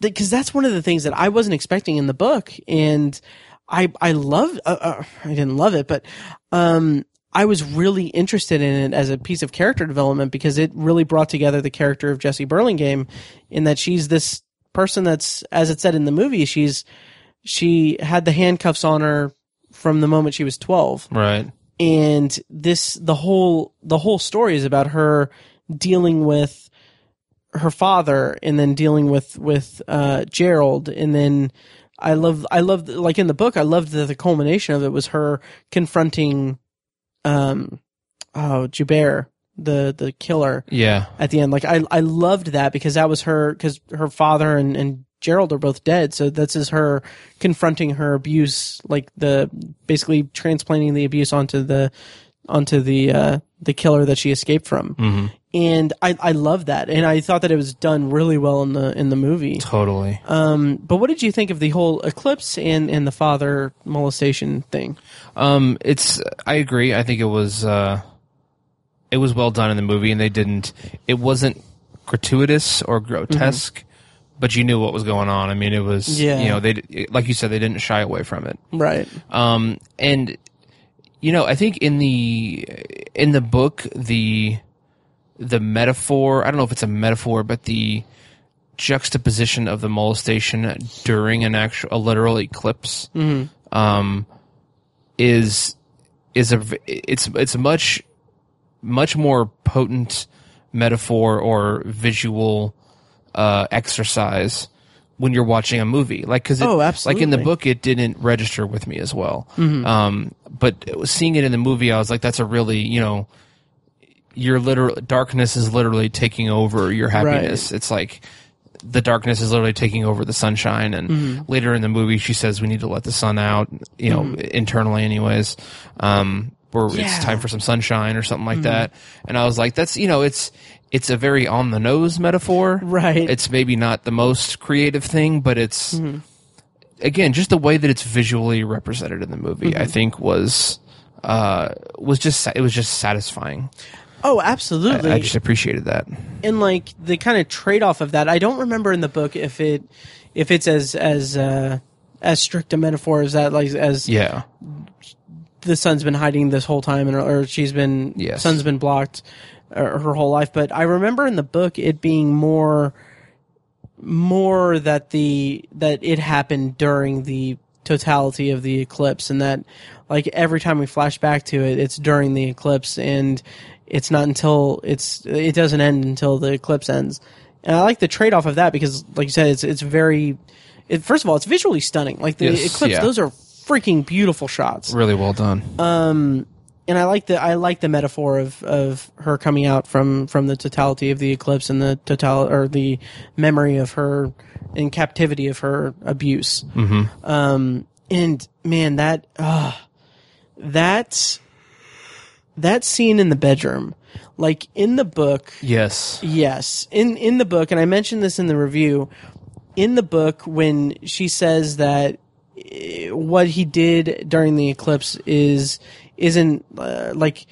Speaker 2: because that's one of the things that I wasn't expecting in the book, and I I love uh, uh, I didn't love it, but um I was really interested in it as a piece of character development because it really brought together the character of Jessie Burlingame in that she's this person that's as it said in the movie she's she had the handcuffs on her from the moment she was 12
Speaker 3: Right.
Speaker 2: and this the whole the whole story is about her dealing with her father and then dealing with with uh, Gerald and then I love I love like in the book I loved that the culmination of it was her confronting um oh Joubert the the killer
Speaker 3: Yeah.
Speaker 2: at the end like I I loved that because that was her because her father and and Gerald are both dead so this is her confronting her abuse like the basically transplanting the abuse onto the onto the uh the killer that she escaped from
Speaker 3: Mhm.
Speaker 2: and I, I love that, and I thought that it was done really well in the in the movie.
Speaker 3: Totally.
Speaker 2: Um, but what did you think of the whole eclipse and and the father molestation thing?
Speaker 3: Um, it's. I agree. I think it was. Uh, it was well done in the movie, and they didn't. It wasn't gratuitous or grotesque, but you knew what was going on. I mean, it was.
Speaker 2: Yeah.
Speaker 3: You know, they d- like you said, they didn't shy away from it.
Speaker 2: Right.
Speaker 3: Um, and you know, I think in the in the book the the metaphor. I don't know if it's a metaphor, but the juxtaposition of the molestation during an actual a literal eclipse
Speaker 2: Mm-hmm.
Speaker 3: um, is is a v- it's it's much much more potent metaphor or visual uh, exercise when you're watching a movie like because
Speaker 2: Oh,
Speaker 3: like in the
Speaker 2: absolutely. Mm-hmm.
Speaker 3: book it didn't register with me as well um, but it was- seeing it in the movie i was like that's a really you know your literal darkness is literally taking over your happiness it's like the darkness is literally taking over the sunshine and later in the movie she says we need to let the sun out you know internally anyways um or it's time for some sunshine or something like that and i was like that's you know it's it's a very on the nose metaphor
Speaker 2: Right.
Speaker 3: it's maybe not the most creative thing but it's again just the way that it's visually represented in the movie i think was uh was just sa- it was just satisfying
Speaker 2: Oh, absolutely.
Speaker 3: i just appreciated that
Speaker 2: and like the kind of trade off of that, I don't remember in the book if it if it's as as uh, as strict a metaphor as that, like as
Speaker 3: yeah
Speaker 2: the son's been hiding this whole time, and or she's been
Speaker 3: Yes.
Speaker 2: son's been blocked uh, her whole life. But I remember in the book it being more more that the that it happened during the totality of the eclipse, and that like every time we flash back to it, it's during the eclipse, and it's not until it's it doesn't end until the eclipse ends. And I like the trade off of that because, like you said, it's it's very. It, first of all, it's visually stunning. Like the
Speaker 3: Yes,
Speaker 2: eclipse,
Speaker 3: yeah.
Speaker 2: those are freaking beautiful shots
Speaker 3: really well done
Speaker 2: Uh, and I like the I like the metaphor of of her coming out from from the totality of the eclipse and the total or the memory of her in captivity of her abuse. Mm-hmm. Um, and man, that uh, that that scene in the bedroom, like in the book,
Speaker 3: yes
Speaker 2: Yes, in in the book, and I mentioned this in the review. In the book, when she says that eh, what he did during the eclipse is isn't uh, like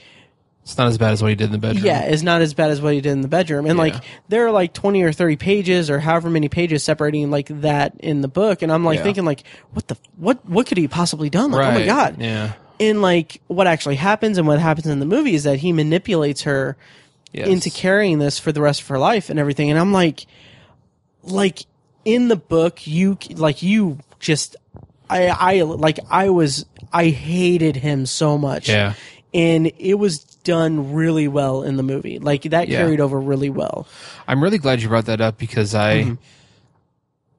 Speaker 3: It's not as bad as what he did in the bedroom.
Speaker 2: yeah is not as bad as what he did in the bedroom, and like
Speaker 3: Yeah.
Speaker 2: there are like twenty or thirty pages or however many pages separating like that in the book, and I'm like
Speaker 3: Yeah.
Speaker 2: thinking like what the what what could he possibly done? Like oh my
Speaker 3: Right.
Speaker 2: god,
Speaker 3: Yeah.
Speaker 2: and like what actually happens and what happens in the movie is that he manipulates her
Speaker 3: Yes.
Speaker 2: into carrying this for the rest of her life and everything and i'm like like in the book you like you just i i like i was i hated him so much
Speaker 3: Yeah.
Speaker 2: and it was done really well in the movie like that
Speaker 3: Yeah.
Speaker 2: carried over really well
Speaker 3: I'm really glad you brought that up because I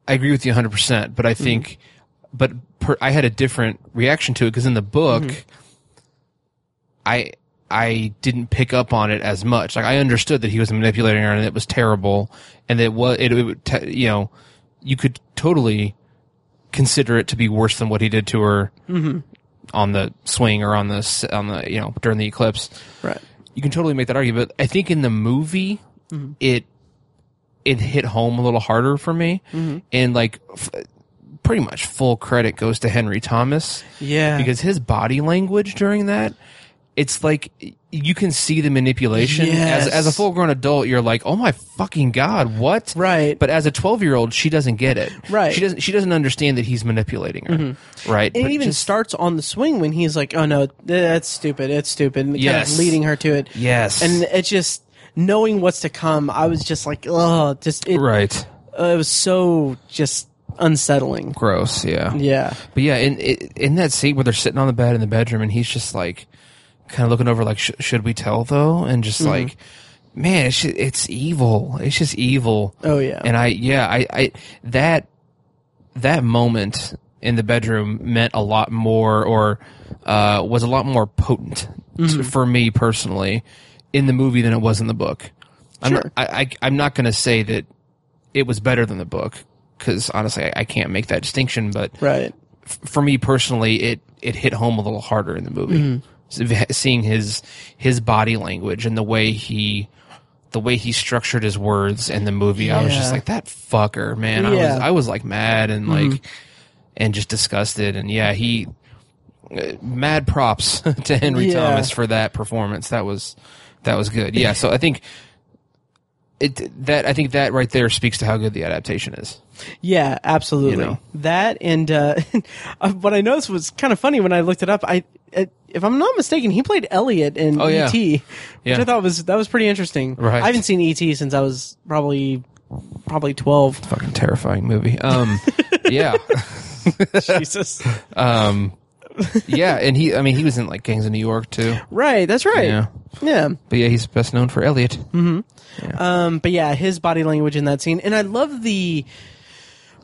Speaker 3: I agree with you 100%, but I think but per, I had a different reaction to it because in the book I I didn't pick up on it as much. Like I understood that he was manipulating her and it was terrible and it was it, it would te- you know, you could totally consider it to be worse than what he did to her on the swing or on the s- on the you know during the eclipse.
Speaker 2: right
Speaker 3: you can totally make that argument. I think in the movie,
Speaker 2: Mm-hmm.
Speaker 3: it it hit home a little harder for me,
Speaker 2: Mm-hmm.
Speaker 3: and like f- pretty much full credit goes to Henry Thomas
Speaker 2: yeah
Speaker 3: because his body language during that, it's like you can see the manipulation.
Speaker 2: Yes.
Speaker 3: As as a full grown adult, you're like, oh my fucking god, what?
Speaker 2: Right.
Speaker 3: But as a twelve year old, she doesn't get it.
Speaker 2: Right. Mm-hmm.
Speaker 3: She doesn't. She doesn't understand that he's manipulating her. Right.
Speaker 2: and it
Speaker 3: But
Speaker 2: even
Speaker 3: just-
Speaker 2: starts on the swing when he's like, "Oh no, th- that's stupid. It's stupid." And kind of
Speaker 3: Yes.
Speaker 2: leading her to it.
Speaker 3: Yes.
Speaker 2: And it just knowing what's to come, I was just like, "Oh, just it,
Speaker 3: right.
Speaker 2: uh, it was so just unsettling."
Speaker 3: Gross. Yeah.
Speaker 2: Yeah.
Speaker 3: But yeah, in in in that scene where they're sitting on the bed in
Speaker 2: Mm-hmm.
Speaker 3: the bedroom, and he's just like, kind of looking over, like, sh- should we tell though? And just like, man, it's just, it's evil. It's just evil.
Speaker 2: Oh, yeah.
Speaker 3: And I yeah I I that that moment in the bedroom meant a lot more or uh, was a lot more potent to-
Speaker 2: Mm-hmm.
Speaker 3: for me personally in the movie than it was in the book. I'm
Speaker 2: Sure.
Speaker 3: not, I, I I'm not gonna say that it was better than the book because honestly I, I can't make that distinction. But
Speaker 2: Right.
Speaker 3: f- for me personally, it it hit home a little harder in the movie.
Speaker 2: Mm-hmm.
Speaker 3: S- Seeing his his body language and the way he the way he structured his words in the movie, I was just
Speaker 2: Yeah.
Speaker 3: like that fucker, man.
Speaker 2: Yeah.
Speaker 3: I
Speaker 2: Mm-hmm.
Speaker 3: was I was like mad and like and just disgusted. And yeah, he uh, mad props to Henry
Speaker 2: Yeah.
Speaker 3: Thomas for that performance. That was that was good. Yeah, so I think. It, that I think that right there speaks to how good the adaptation is.
Speaker 2: Yeah, absolutely.
Speaker 3: You know.
Speaker 2: That and uh, what I noticed was kind of funny when I looked it up. I, uh, if I'm not mistaken, he played Elliot in
Speaker 3: Oh, yeah.
Speaker 2: E.T., which
Speaker 3: Yeah.
Speaker 2: I thought was that was pretty interesting.
Speaker 3: Right.
Speaker 2: I haven't seen E.T. since I was probably probably 12.
Speaker 3: Fucking terrifying movie. Um, yeah,
Speaker 2: Jesus.
Speaker 3: Um, yeah, and he, I mean, he was in like Gangs of New York too.
Speaker 2: Right. That's right.
Speaker 3: Yeah.
Speaker 2: Yeah.
Speaker 3: But yeah, he's best known for Elliot.
Speaker 2: Um, but yeah, his body language in that scene, and I love the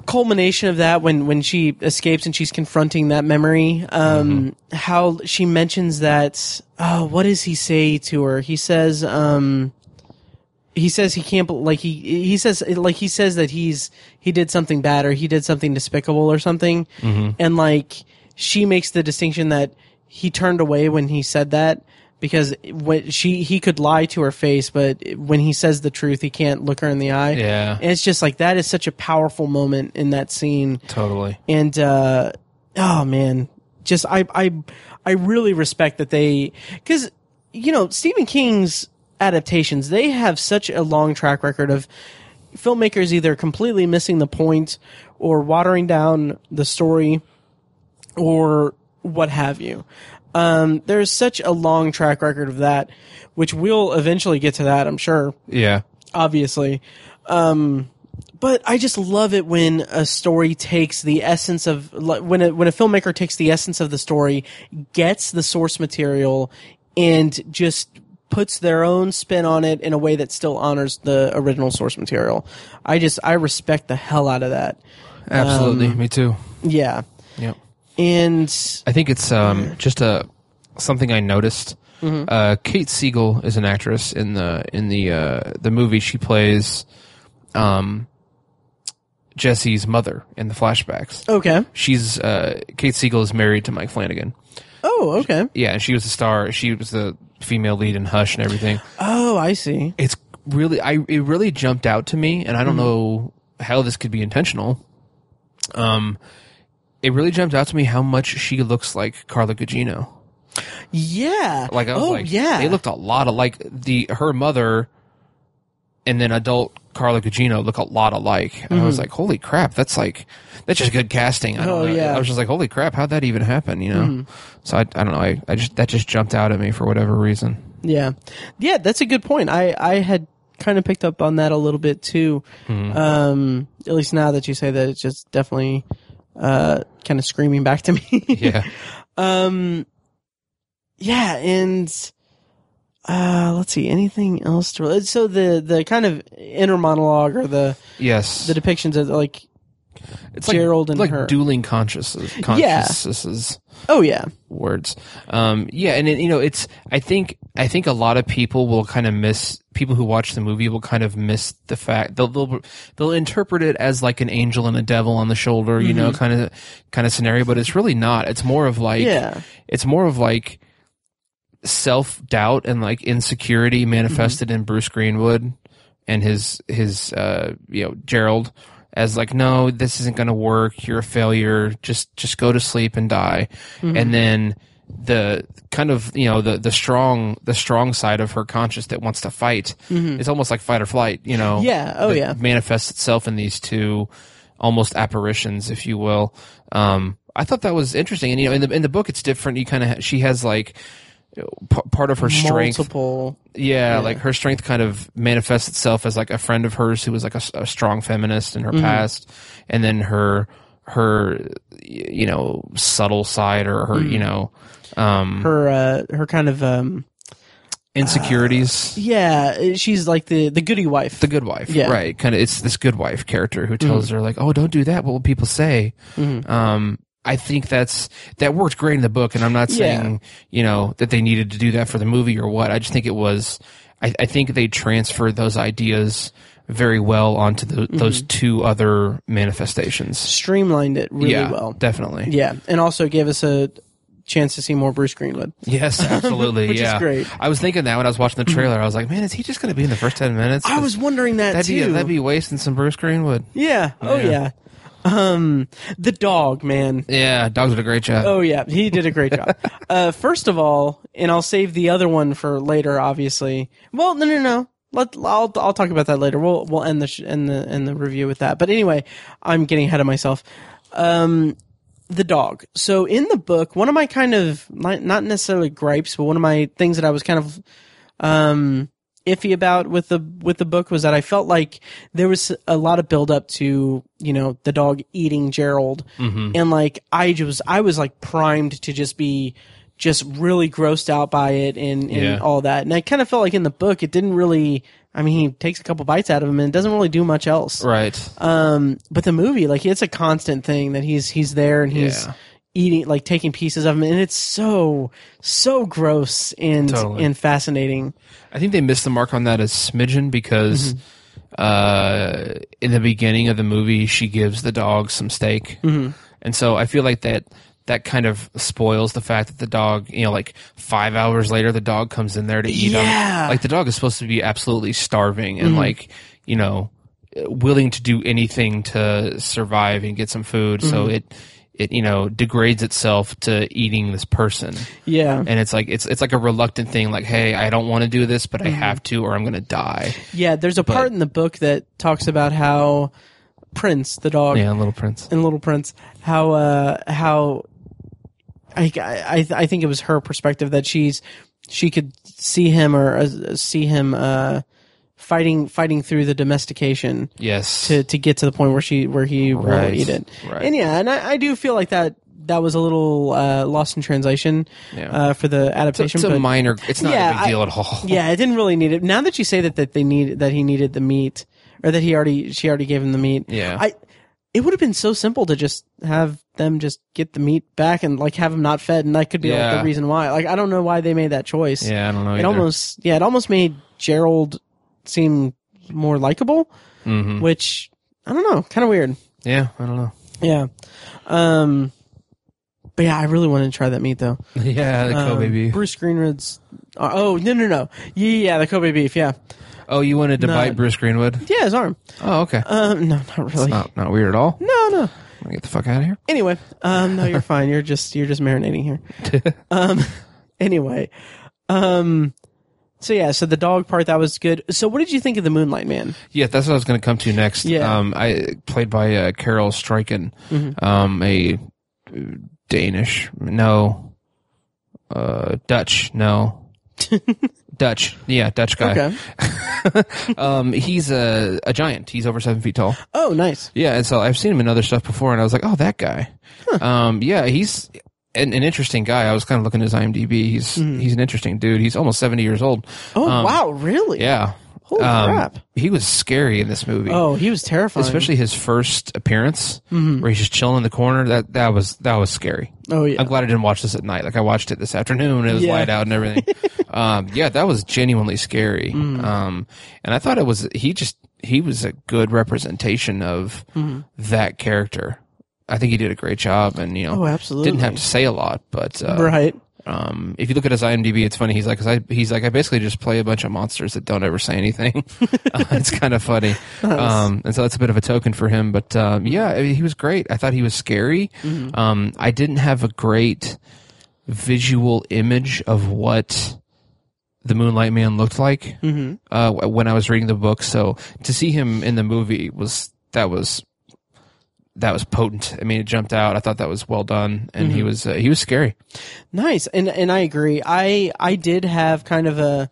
Speaker 2: culmination of that when when she escapes and she's confronting that memory. Um, How she mentions that. Oh, what does he say to her? He says. Um, he says he can't bel- like he he says like he says that he's he did something bad or he did something despicable or something and like she makes the distinction that he turned away when he said that because when she he could lie to her face but when he says the truth he can't look her in the eye
Speaker 3: Yeah.
Speaker 2: and it's just like that is such a powerful moment in that scene
Speaker 3: Totally.
Speaker 2: and uh oh man just i i i really respect that they cuz you know Stephen King's adaptations they have such a long track record of filmmakers either completely missing the point or watering down the story or what have you um there's such a long track record of that which we'll eventually get to that i'm sure
Speaker 3: Yeah.
Speaker 2: obviously. Um, but I just love it when a story takes the essence of like, when a, when a filmmaker takes the essence of the story, gets the source material, and just puts their own spin on it in a way that still honors the original source material. I just I respect the hell out of that.
Speaker 3: Absolutely. Me too.
Speaker 2: Yeah,
Speaker 3: Yep.
Speaker 2: and
Speaker 3: I think it's um just a something I noticed. Uh, Kate Siegel is an actress in the in the uh, the movie. She plays um Jesse's mother in the flashbacks.
Speaker 2: okay,
Speaker 3: She's uh, Kate Siegel is married to Mike Flanagan.
Speaker 2: oh okay,
Speaker 3: Yeah, and she was the star. She was the female lead in Hush and everything.
Speaker 2: oh I see.
Speaker 3: it's really I it really jumped out to me, and I
Speaker 2: Mm-hmm.
Speaker 3: don't know how this could be intentional. Um, it really jumped out to me how much she looks like Carla Gugino.
Speaker 2: Yeah,
Speaker 3: Like I was
Speaker 2: oh
Speaker 3: like,
Speaker 2: yeah,
Speaker 3: they looked a lot alike. The her mother, and then adult Carla Gugino look a lot alike. And I was like, holy crap, that's like that's just good casting. I don't
Speaker 2: Mm-hmm. Oh,
Speaker 3: know.
Speaker 2: yeah. Mm-hmm.
Speaker 3: I was just like, holy crap, how'd that even happen? You know. So I, I don't know. I, I just that just jumped out at me for whatever reason.
Speaker 2: Yeah. Yeah, that's a good point. I, I had kind of picked up on that a little bit too.
Speaker 3: Mm-hmm.
Speaker 2: Um, at least now that you say that, it's just definitely, uh, kind of screaming back to me.
Speaker 3: Yeah.
Speaker 2: um, yeah. And, uh, let's see, anything else to, so the, the kind of inner monologue or the,
Speaker 3: yes.
Speaker 2: the depictions of like,
Speaker 3: it's
Speaker 2: Gerald
Speaker 3: like,
Speaker 2: and
Speaker 3: like
Speaker 2: her.
Speaker 3: dueling consciousness, consciousnesses
Speaker 2: oh yeah.
Speaker 3: words. Um, yeah, and it, you know, it's I think I think a lot of people will kind of miss people who watch the movie will kind of miss the fact they'll they'll, they'll interpret it as like an angel and a devil on the shoulder, you know,
Speaker 2: Mm-hmm.
Speaker 3: kind of kind of scenario, but it's really not. It's more of like
Speaker 2: Yeah.
Speaker 3: it's more of like self doubt and like insecurity manifested
Speaker 2: Mm-hmm.
Speaker 3: in Bruce Greenwood and his his uh you know Gerald as like no this isn't going to work you're a failure just just go to sleep and die
Speaker 2: Mm-hmm.
Speaker 3: and then the kind of you know the the strong the strong side of her conscience that wants to fight it's almost like fight or flight you know
Speaker 2: Mm-hmm. Yeah. Oh,
Speaker 3: that
Speaker 2: yeah.
Speaker 3: manifests itself in these two almost apparitions if you will um I thought that was interesting and you know in the in the book it's different you kind of ha- she has like p- part of her strength
Speaker 2: Multiple.
Speaker 3: yeah, like her strength kind of manifests itself as like a friend of hers who was like a, s- a strong feminist in her past, and then her her y- you know subtle side or her you know um
Speaker 2: Her, uh, her kind of, um,
Speaker 3: insecurities.
Speaker 2: Yeah, she's like the the goody wife.
Speaker 3: the good wife,
Speaker 2: Yeah. Mm-hmm.
Speaker 3: right? Kind of, it's this good wife character who tells her like, "Oh, don't do that." What will people say? Um, I think that's that worked great in the book, and I'm not
Speaker 2: Yeah.
Speaker 3: saying you know that they needed to do that for the movie or what. I just think it was, I, I think they transferred those ideas very well onto the,
Speaker 2: Mm-hmm.
Speaker 3: those two other manifestations.
Speaker 2: Streamlined it really
Speaker 3: yeah,
Speaker 2: well.
Speaker 3: definitely.
Speaker 2: Yeah, and also gave us a chance to see more Bruce Greenwood.
Speaker 3: Yes, absolutely.
Speaker 2: Which is
Speaker 3: yeah,
Speaker 2: great. Mm-hmm.
Speaker 3: I was thinking that when I was watching the trailer, I was like, "Man, is he just going to be in the first ten minutes?"
Speaker 2: I was wondering that
Speaker 3: That'd
Speaker 2: too.
Speaker 3: be, that'd be wasting some Bruce Greenwood.
Speaker 2: yeah. Oh yeah.
Speaker 3: Yeah.
Speaker 2: Um, the dog man.
Speaker 3: Yeah, dogs did a great job.
Speaker 2: Oh yeah, he did a great job. Uh, first of all, and I'll save the other one for later. Obviously, well, no, no, no. Let I'll I'll talk about that later. We'll we'll end the sh- end the end the review with that. But anyway, I'm getting ahead of myself. Um, the dog. So in the book, one of my kind of not not necessarily gripes, but one of my things that I was kind of um iffy about with the with the book was that I felt like there was a lot of build up to you know the dog eating Gerald and like I was I was like primed to just be just really grossed out by it and, and
Speaker 3: Yeah.
Speaker 2: all that and I kind of felt like in the book it didn't really I mean he takes a couple bites out of him and it doesn't really do much else
Speaker 3: Right.
Speaker 2: um but the movie like it's a constant thing that he's he's there and he's
Speaker 3: Yeah.
Speaker 2: eating like taking pieces of him and it's so so gross and
Speaker 3: Totally.
Speaker 2: and fascinating
Speaker 3: I think they missed the mark on that a smidgen because uh, in the beginning of the movie, she gives the dog some steak, and so I feel like that that kind of spoils the fact that the dog, you know, like five hours later, the dog comes in there to eat
Speaker 2: Yeah.
Speaker 3: him. Like the dog is supposed to be absolutely starving and like you know willing to do anything to survive and get some food. So it. It you know degrades itself to eating this person
Speaker 2: yeah
Speaker 3: and it's like it's it's like a reluctant thing like hey i don't want to do this but i have to or i'm gonna die
Speaker 2: yeah there's a part in the book that talks about how prince the dog
Speaker 3: yeah little prince
Speaker 2: in Little Prince how uh how I I I think it was her perspective that she's she could see him or uh, see him uh fighting fighting through the domestication
Speaker 3: yes
Speaker 2: to to get to the point where she where he will
Speaker 3: Right.
Speaker 2: eat it
Speaker 3: Right.
Speaker 2: and yeah and I, I do feel like that that was a little uh lost in translation
Speaker 3: Yeah.
Speaker 2: uh for the
Speaker 3: it's, a-
Speaker 2: adaptation
Speaker 3: it's a
Speaker 2: but
Speaker 3: minor it's not
Speaker 2: Yeah,
Speaker 3: a big
Speaker 2: I-
Speaker 3: deal at all
Speaker 2: yeah i didn't really need it now that you say that that they need that he needed the meat or that he already she already gave him the meat
Speaker 3: Yeah.
Speaker 2: i it would have been so simple to just have them just get the meat back and like have him not fed and that could be like
Speaker 3: Yeah.
Speaker 2: the reason why like i don't know why they made that choice
Speaker 3: Oh, yeah i don't know
Speaker 2: it
Speaker 3: either.
Speaker 2: almost yeah it almost made gerald seem more likable
Speaker 3: Mhm.
Speaker 2: which i don't know kind of weird
Speaker 3: yeah i don't know
Speaker 2: yeah um but yeah i really wanted to try that meat though
Speaker 3: yeah the
Speaker 2: Um,
Speaker 3: kobe beef
Speaker 2: bruce greenwood's oh no no no yeah yeah the kobe beef yeah
Speaker 3: oh you wanted to
Speaker 2: No.
Speaker 3: bite bruce greenwood
Speaker 2: yeah his arm
Speaker 3: oh okay
Speaker 2: Um, no, not really.
Speaker 3: not, not weird at all
Speaker 2: No, no.
Speaker 3: I'm gonna get the fuck out of here
Speaker 2: Anyway, um, no, you're fine. You're just you're just marinating here. um, anyway, um, so yeah, so the dog part that was good. So what did you think of the Moonlight Man?
Speaker 3: Yeah, that's what I was going to come to next.
Speaker 2: Yeah. Mm-hmm.
Speaker 3: Um, I played by uh, Carol Striken, um, a Danish, no, uh, Dutch, no, Dutch, yeah, Dutch guy.
Speaker 2: Okay.
Speaker 3: Um, he's a a giant. He's over seven feet tall.
Speaker 2: Oh, nice.
Speaker 3: Yeah, and so I've seen him in other stuff before, and I was like, oh, that guy. Um, yeah, he's an, an interesting guy. I was kind of looking at his IMDb. He's he's an interesting dude. He's almost seventy years old.
Speaker 2: Mm-hmm. Oh,
Speaker 3: Um,
Speaker 2: wow, really?
Speaker 3: Yeah. Um,
Speaker 2: Holy crap.
Speaker 3: He was scary in this movie
Speaker 2: Oh, he was terrifying.
Speaker 3: especially his first appearance
Speaker 2: Mm-hmm.
Speaker 3: where he's just chilling in the corner that that was that was scary
Speaker 2: Oh yeah.
Speaker 3: i'm glad i didn't watch this at night like i watched it this afternoon it was
Speaker 2: Yeah.
Speaker 3: light out and everything um yeah that was genuinely scary
Speaker 2: Mm.
Speaker 3: um and i thought it was he just he was a good representation of
Speaker 2: Mm-hmm.
Speaker 3: that character i think he did a great job and you know
Speaker 2: Oh, absolutely.
Speaker 3: didn't have to say a lot but uh,
Speaker 2: right.
Speaker 3: um, if you look at his IMDb, it's funny. He's like, 'cause I, he's like, I basically just play a bunch of monsters that don't ever say anything. Uh, it's kind of funny. Um, and so that's a bit of a token for him. But um, yeah, I mean, he was great. I thought he was scary. Um, I didn't have a great visual image of what the Moonlight Man looked like uh, w- when I was reading the book. So to see him in the movie was that was that was potent. I mean, it jumped out. I thought that was well done, and he was uh, he was scary.
Speaker 2: Nice. And and I agree. I I did have kind of a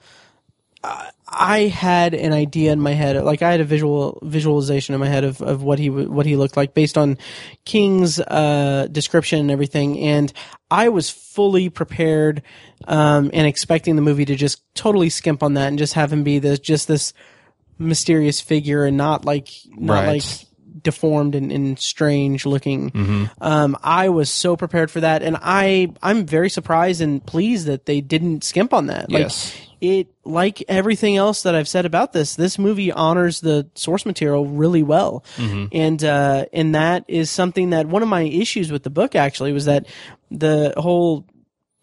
Speaker 2: I had an idea in my head, like I had a visual visualization in my head of, of what he w- what he looked like based on King's uh, description and everything, and I was fully prepared um, and expecting the movie to just totally skimp on that and just have him be this just this mysterious figure and not like not like
Speaker 3: Right.
Speaker 2: deformed and, and strange looking. Um, I was so prepared for that, and I I'm very surprised and pleased that they didn't skimp on that. Like,
Speaker 3: Yes.
Speaker 2: it like everything else that I've said about this, this movie honors the source material really well,
Speaker 3: Mm-hmm.
Speaker 2: and uh, and that is something that one of my issues with the book actually was that the whole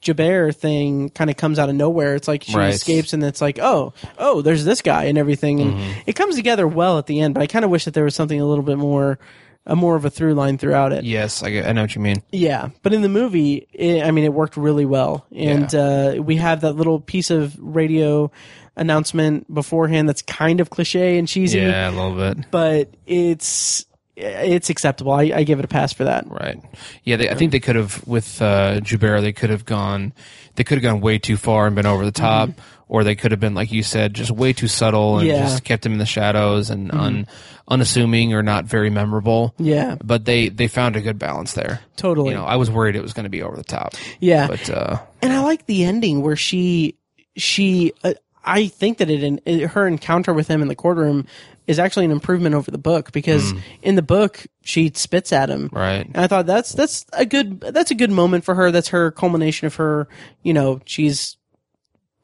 Speaker 2: Jaber thing kind of comes out of nowhere. It's like she
Speaker 3: Right.
Speaker 2: escapes, and it's like oh oh, there's this guy and everything, and
Speaker 3: Mm-hmm.
Speaker 2: it comes together well at the end. But I kind of wish that there was something a little bit more. A more of a through line throughout it,
Speaker 3: Yes, I, get- I know what you mean.
Speaker 2: yeah, but in the movie, it, I mean, it worked really well, and uh, we have that little piece of radio announcement beforehand that's kind of cliche and cheesy,
Speaker 3: Yeah, a little bit.
Speaker 2: but it's it's acceptable. I, I give it a pass for that.
Speaker 3: Right. Yeah, they, I think they could have with uh, Jubera. They could have gone. They could have gone way too far and been over the top, or they could have been like you said, just way too subtle and
Speaker 2: Mm-hmm. Yeah. Mm-hmm.
Speaker 3: just kept him in the shadows and un, unassuming or not very memorable.
Speaker 2: Yeah.
Speaker 3: But they they found a good balance there.
Speaker 2: Totally.
Speaker 3: You know, I was worried it was going to be over the top.
Speaker 2: Yeah,
Speaker 3: But uh,
Speaker 2: and I like the ending where she she uh, I think that it, in- it her encounter with him in the courtroom is actually an improvement over the book because
Speaker 3: Mm.
Speaker 2: in the book she spits at him
Speaker 3: Right.
Speaker 2: and I thought that's that's a good that's a good moment for her that's her culmination of her you know she's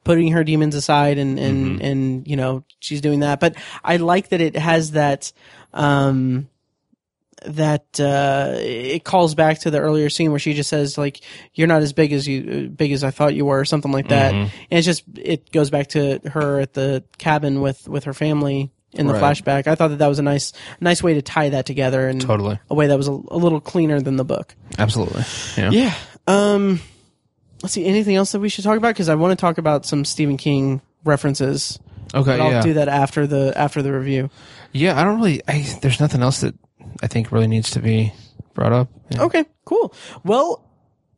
Speaker 2: putting her demons aside and and
Speaker 3: Mm-hmm.
Speaker 2: and you know she's doing that but I like that it has that um that uh, it calls back to the earlier scene where she just says like you're not as big as you big as I thought you were or something like that
Speaker 3: Mm-hmm.
Speaker 2: and it's just it goes back to her at the cabin with with her family in the
Speaker 3: Right.
Speaker 2: flashback I thought that that was a nice nice way to tie that together and
Speaker 3: Totally.
Speaker 2: a way that was a, a little cleaner than the book
Speaker 3: absolutely. Yeah.
Speaker 2: yeah um let's see anything else that we should talk about because I want to talk about some Stephen King references
Speaker 3: Okay.
Speaker 2: but I'll
Speaker 3: Yeah.
Speaker 2: do that after the after the review
Speaker 3: Yeah. I don't really. I, there's nothing else that I think really needs to be brought up. Yeah.
Speaker 2: Okay, cool. Well,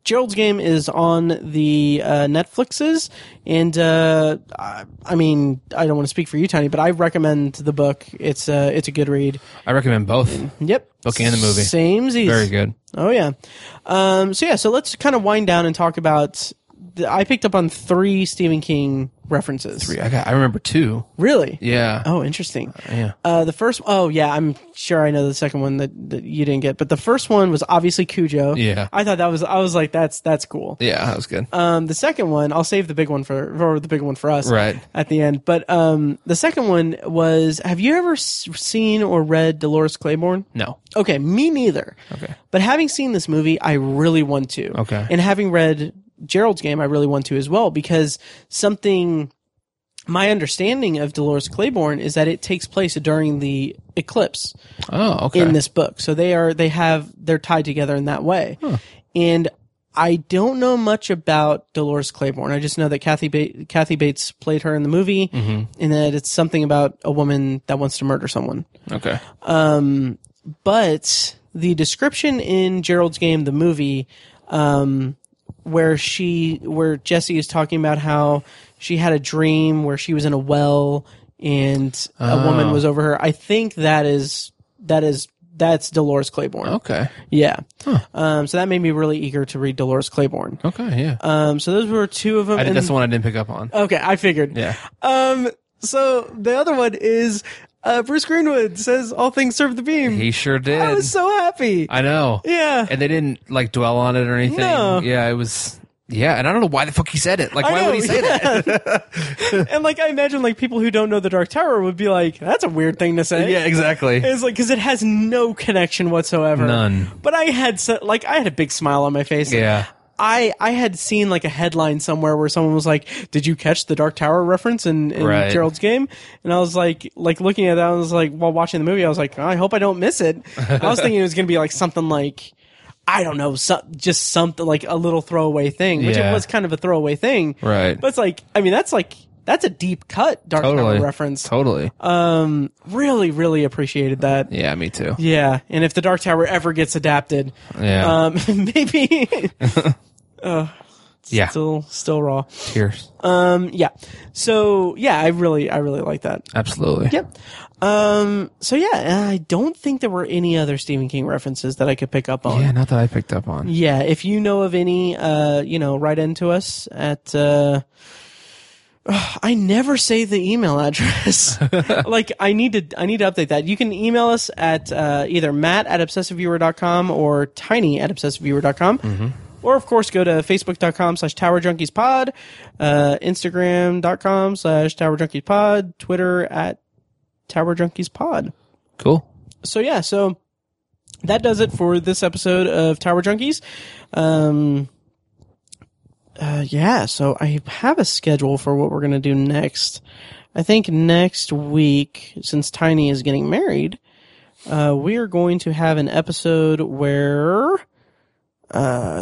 Speaker 2: Gerald's game is on the uh, Netflixes, and uh, I, I mean, I don't want to speak for you, Tiny, but I recommend the book. It's uh, it's a good read.
Speaker 3: I recommend both.
Speaker 2: Yep,
Speaker 3: Book and the movie.
Speaker 2: Same
Speaker 3: Very good.
Speaker 2: Oh yeah. Um, so yeah, so let's kind of wind down and talk about. The, I picked up on three Stephen King references.
Speaker 3: I got. I remember two.
Speaker 2: Really?
Speaker 3: Yeah.
Speaker 2: Oh, interesting.
Speaker 3: Yeah.
Speaker 2: Uh, the first, oh yeah, I'm sure I know the second one that, that you didn't get, but the first one was obviously Cujo.
Speaker 3: Yeah.
Speaker 2: I thought that was, I was like, that's, that's cool.
Speaker 3: Yeah, that was good.
Speaker 2: Um, the second one, I'll save the big one for, for the big one for us
Speaker 3: Right.
Speaker 2: at the end. But, um, the second one was, have you ever s- seen or read Dolores Claiborne?
Speaker 3: no.
Speaker 2: Okay, me neither.
Speaker 3: Okay.
Speaker 2: But having seen this movie, I really want to.
Speaker 3: Okay.
Speaker 2: And having read Gerald's Game, I really want to as well because something my understanding of Dolores Claiborne is that it takes place during the eclipse
Speaker 3: Oh, okay.
Speaker 2: in this book. So they are they have they're tied together in that way. And I don't know much about Dolores Claiborne. I just know that Kathy ba- Kathy Bates played her in the movie,
Speaker 3: Mm-hmm.
Speaker 2: and that it's something about a woman that wants to murder someone
Speaker 3: okay.
Speaker 2: but the description in Gerald's game, the movie, um, where she, where Jesse is talking about how she had a dream where she was in a well and a woman
Speaker 3: Oh.
Speaker 2: was over her. I think that is that is that's Dolores Claiborne.
Speaker 3: Okay.
Speaker 2: Yeah. Um, so that made me really eager to read Dolores Claiborne.
Speaker 3: Okay. Yeah.
Speaker 2: Um, so those were two of them.
Speaker 3: I did,
Speaker 2: and- Oh.
Speaker 3: that's the one I didn't pick up on.
Speaker 2: Okay, I figured.
Speaker 3: Yeah.
Speaker 2: Um, so the other one is uh, Bruce Greenwood says all things serve the beam.
Speaker 3: He sure did.
Speaker 2: Um, I was so happy.
Speaker 3: I know.
Speaker 2: Yeah.
Speaker 3: And they didn't like dwell on it or anything.
Speaker 2: No.
Speaker 3: Yeah, it was. Yeah, and I don't know why the fuck he said it. Like,
Speaker 2: I
Speaker 3: why
Speaker 2: know,
Speaker 3: would he say that?
Speaker 2: and like I imagine like people who don't know the Dark Tower would be like, that's a weird thing to say.
Speaker 3: Yeah, exactly.
Speaker 2: It's like because it has no connection whatsoever.
Speaker 3: None.
Speaker 2: But I had so, like I had a big smile on my face.
Speaker 3: Yeah.
Speaker 2: I I had seen like a headline somewhere where someone was like, "Did you catch the Dark Tower reference in, in
Speaker 3: Right.
Speaker 2: Gerald's game?" And I was like, like looking at that, I was like, while watching the movie, I was like, I hope I don't miss it. I was thinking it was gonna be like something like. I don't know, so, just something like a little throwaway thing, which it
Speaker 3: Yeah.
Speaker 2: was kind of a throwaway thing,
Speaker 3: Right.
Speaker 2: But it's like, I mean, that's like that's a deep cut Dark
Speaker 3: Totally.
Speaker 2: Tower reference. Uh,
Speaker 3: Totally.
Speaker 2: Really, really appreciated that.
Speaker 3: yeah, me too.
Speaker 2: Yeah, and if the Um, Dark Tower ever gets adapted,
Speaker 3: Yeah.
Speaker 2: um, maybe. uh,
Speaker 3: Yeah.
Speaker 2: Still, still raw.
Speaker 3: Tears.
Speaker 2: Um, yeah. So yeah, I really, I really like that.
Speaker 3: Absolutely.
Speaker 2: Yep. Um, so yeah, and I don't think there were any other Stephen King references that I could pick up on.
Speaker 3: Yeah, not that I picked up on.
Speaker 2: Yeah, if you know of any, uh, you know, write into us at. Uh, I never say the email address. like I need to, I need to update that. You can email us at uh, either Matt at obsessiveviewer.com or Tiny at obsessiveviewer.com. Or of course, go to facebook.com slash tower junkies pod, uh, instagram.com slash tower junkies pod, Twitter at tower junkies pod
Speaker 3: Cool.
Speaker 2: so yeah, so that does it for this episode of Tower Junkies. Um, uh, yeah, so I have a schedule for what we're gonna do next. I think next week, since Tiny is getting married, uh, we are going to have an episode where. Uh,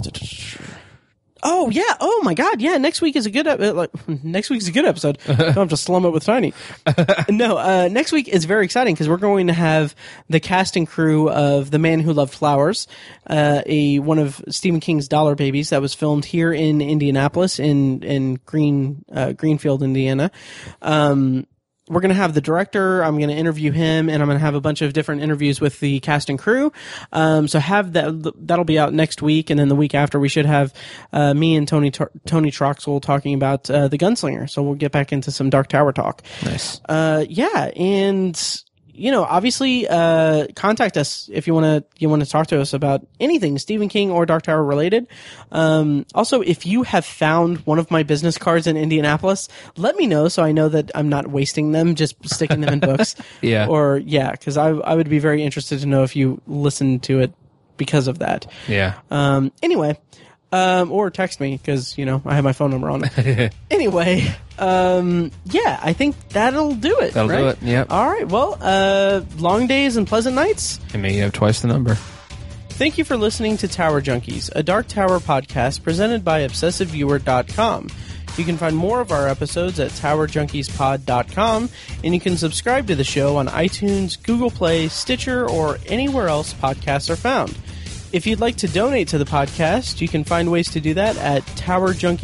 Speaker 2: oh yeah! Oh my God! Yeah, next week is a good ep- uh, like next week's a good episode. Don't have to slum it with Tiny no, uh, next week is very exciting because we're going to have the cast and crew of The Man Who Loved Flowers, uh, a one of Stephen King's Dollar Babies that was filmed here in Indianapolis in in Green uh, Greenfield, Indiana. Um, we're going to have the director. I'm going to interview him, and I'm going to have a bunch of different interviews with the cast and crew. Um, so have that. That'll be out next week, and then the week after, we should have uh, me and Tony Tar- Tony Troxel talking about uh, the Gunslinger. So we'll get back into some Dark Tower talk
Speaker 3: Nice.
Speaker 2: uh, yeah, and you know, obviously, uh, contact us if you want to you want to talk to us about anything Stephen King or Dark Tower related. Um, also, if you have found one of my business cards in Indianapolis, let me know so I know that I'm not wasting them just sticking them in books.
Speaker 3: Yeah.
Speaker 2: or yeah, because I I would be very interested to know if you listened to it because of that.
Speaker 3: Yeah.
Speaker 2: Um, anyway, um, or text me because you know I have my phone number on it. anyway, um, yeah, I think that'll do it.
Speaker 3: That'll do
Speaker 2: right?
Speaker 3: it, yep.
Speaker 2: All right. Well, uh, long days and pleasant nights.
Speaker 3: And may you have twice the number.
Speaker 2: Thank you for listening to Tower Junkies, a Dark Tower podcast presented by ObsessiveViewer.com. You can find more of our episodes at TowerJunkiesPod.com, and you can subscribe to the show on iTunes, Google Play, Stitcher, or anywhere else podcasts are found. If you'd like to donate to the podcast, you can find ways to do that at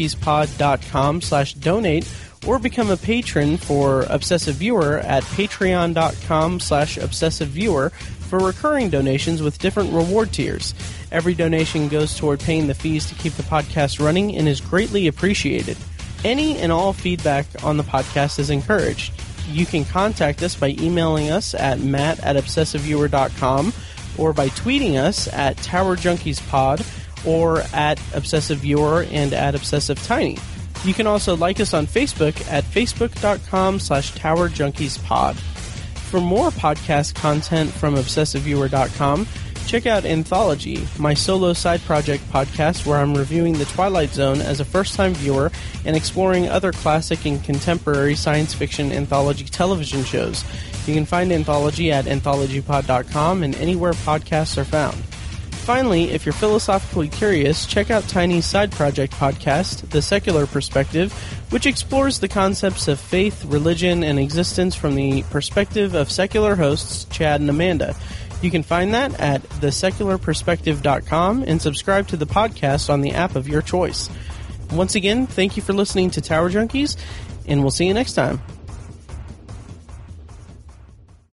Speaker 2: TowerJunkiesPod.com slash donate or become a patron for Obsessive Viewer at patreon.com slash obsessive viewer for recurring donations with different reward tiers. Every donation goes toward paying the fees to keep the podcast running and is greatly appreciated. Any and all feedback on the podcast is encouraged. You can contact us by emailing us at matt at obsessiveviewer.com or by tweeting us at Tower Junkies Pod or at Obsessive Viewer and at Obsessive Tiny. You can also like us on Facebook at facebook.com slash Tower Junkies Pod. For more podcast content from ObsessiveViewer.com, check out Anthology, my solo side project podcast where I'm reviewing The Twilight Zone as a first time viewer and exploring other classic and contemporary science fiction anthology television shows. You can find Anthology at anthologypod.com and anywhere podcasts are found. Finally, if you're philosophically curious, check out Tiny's side project podcast, The Secular Perspective, which explores the concepts of faith, religion, and existence from the perspective of secular hosts Chad and Amanda. You can find that at thesecularperspective.com and subscribe to the podcast on the app of your choice. Once again, thank you for listening to Tower Junkies, and we'll see you next time.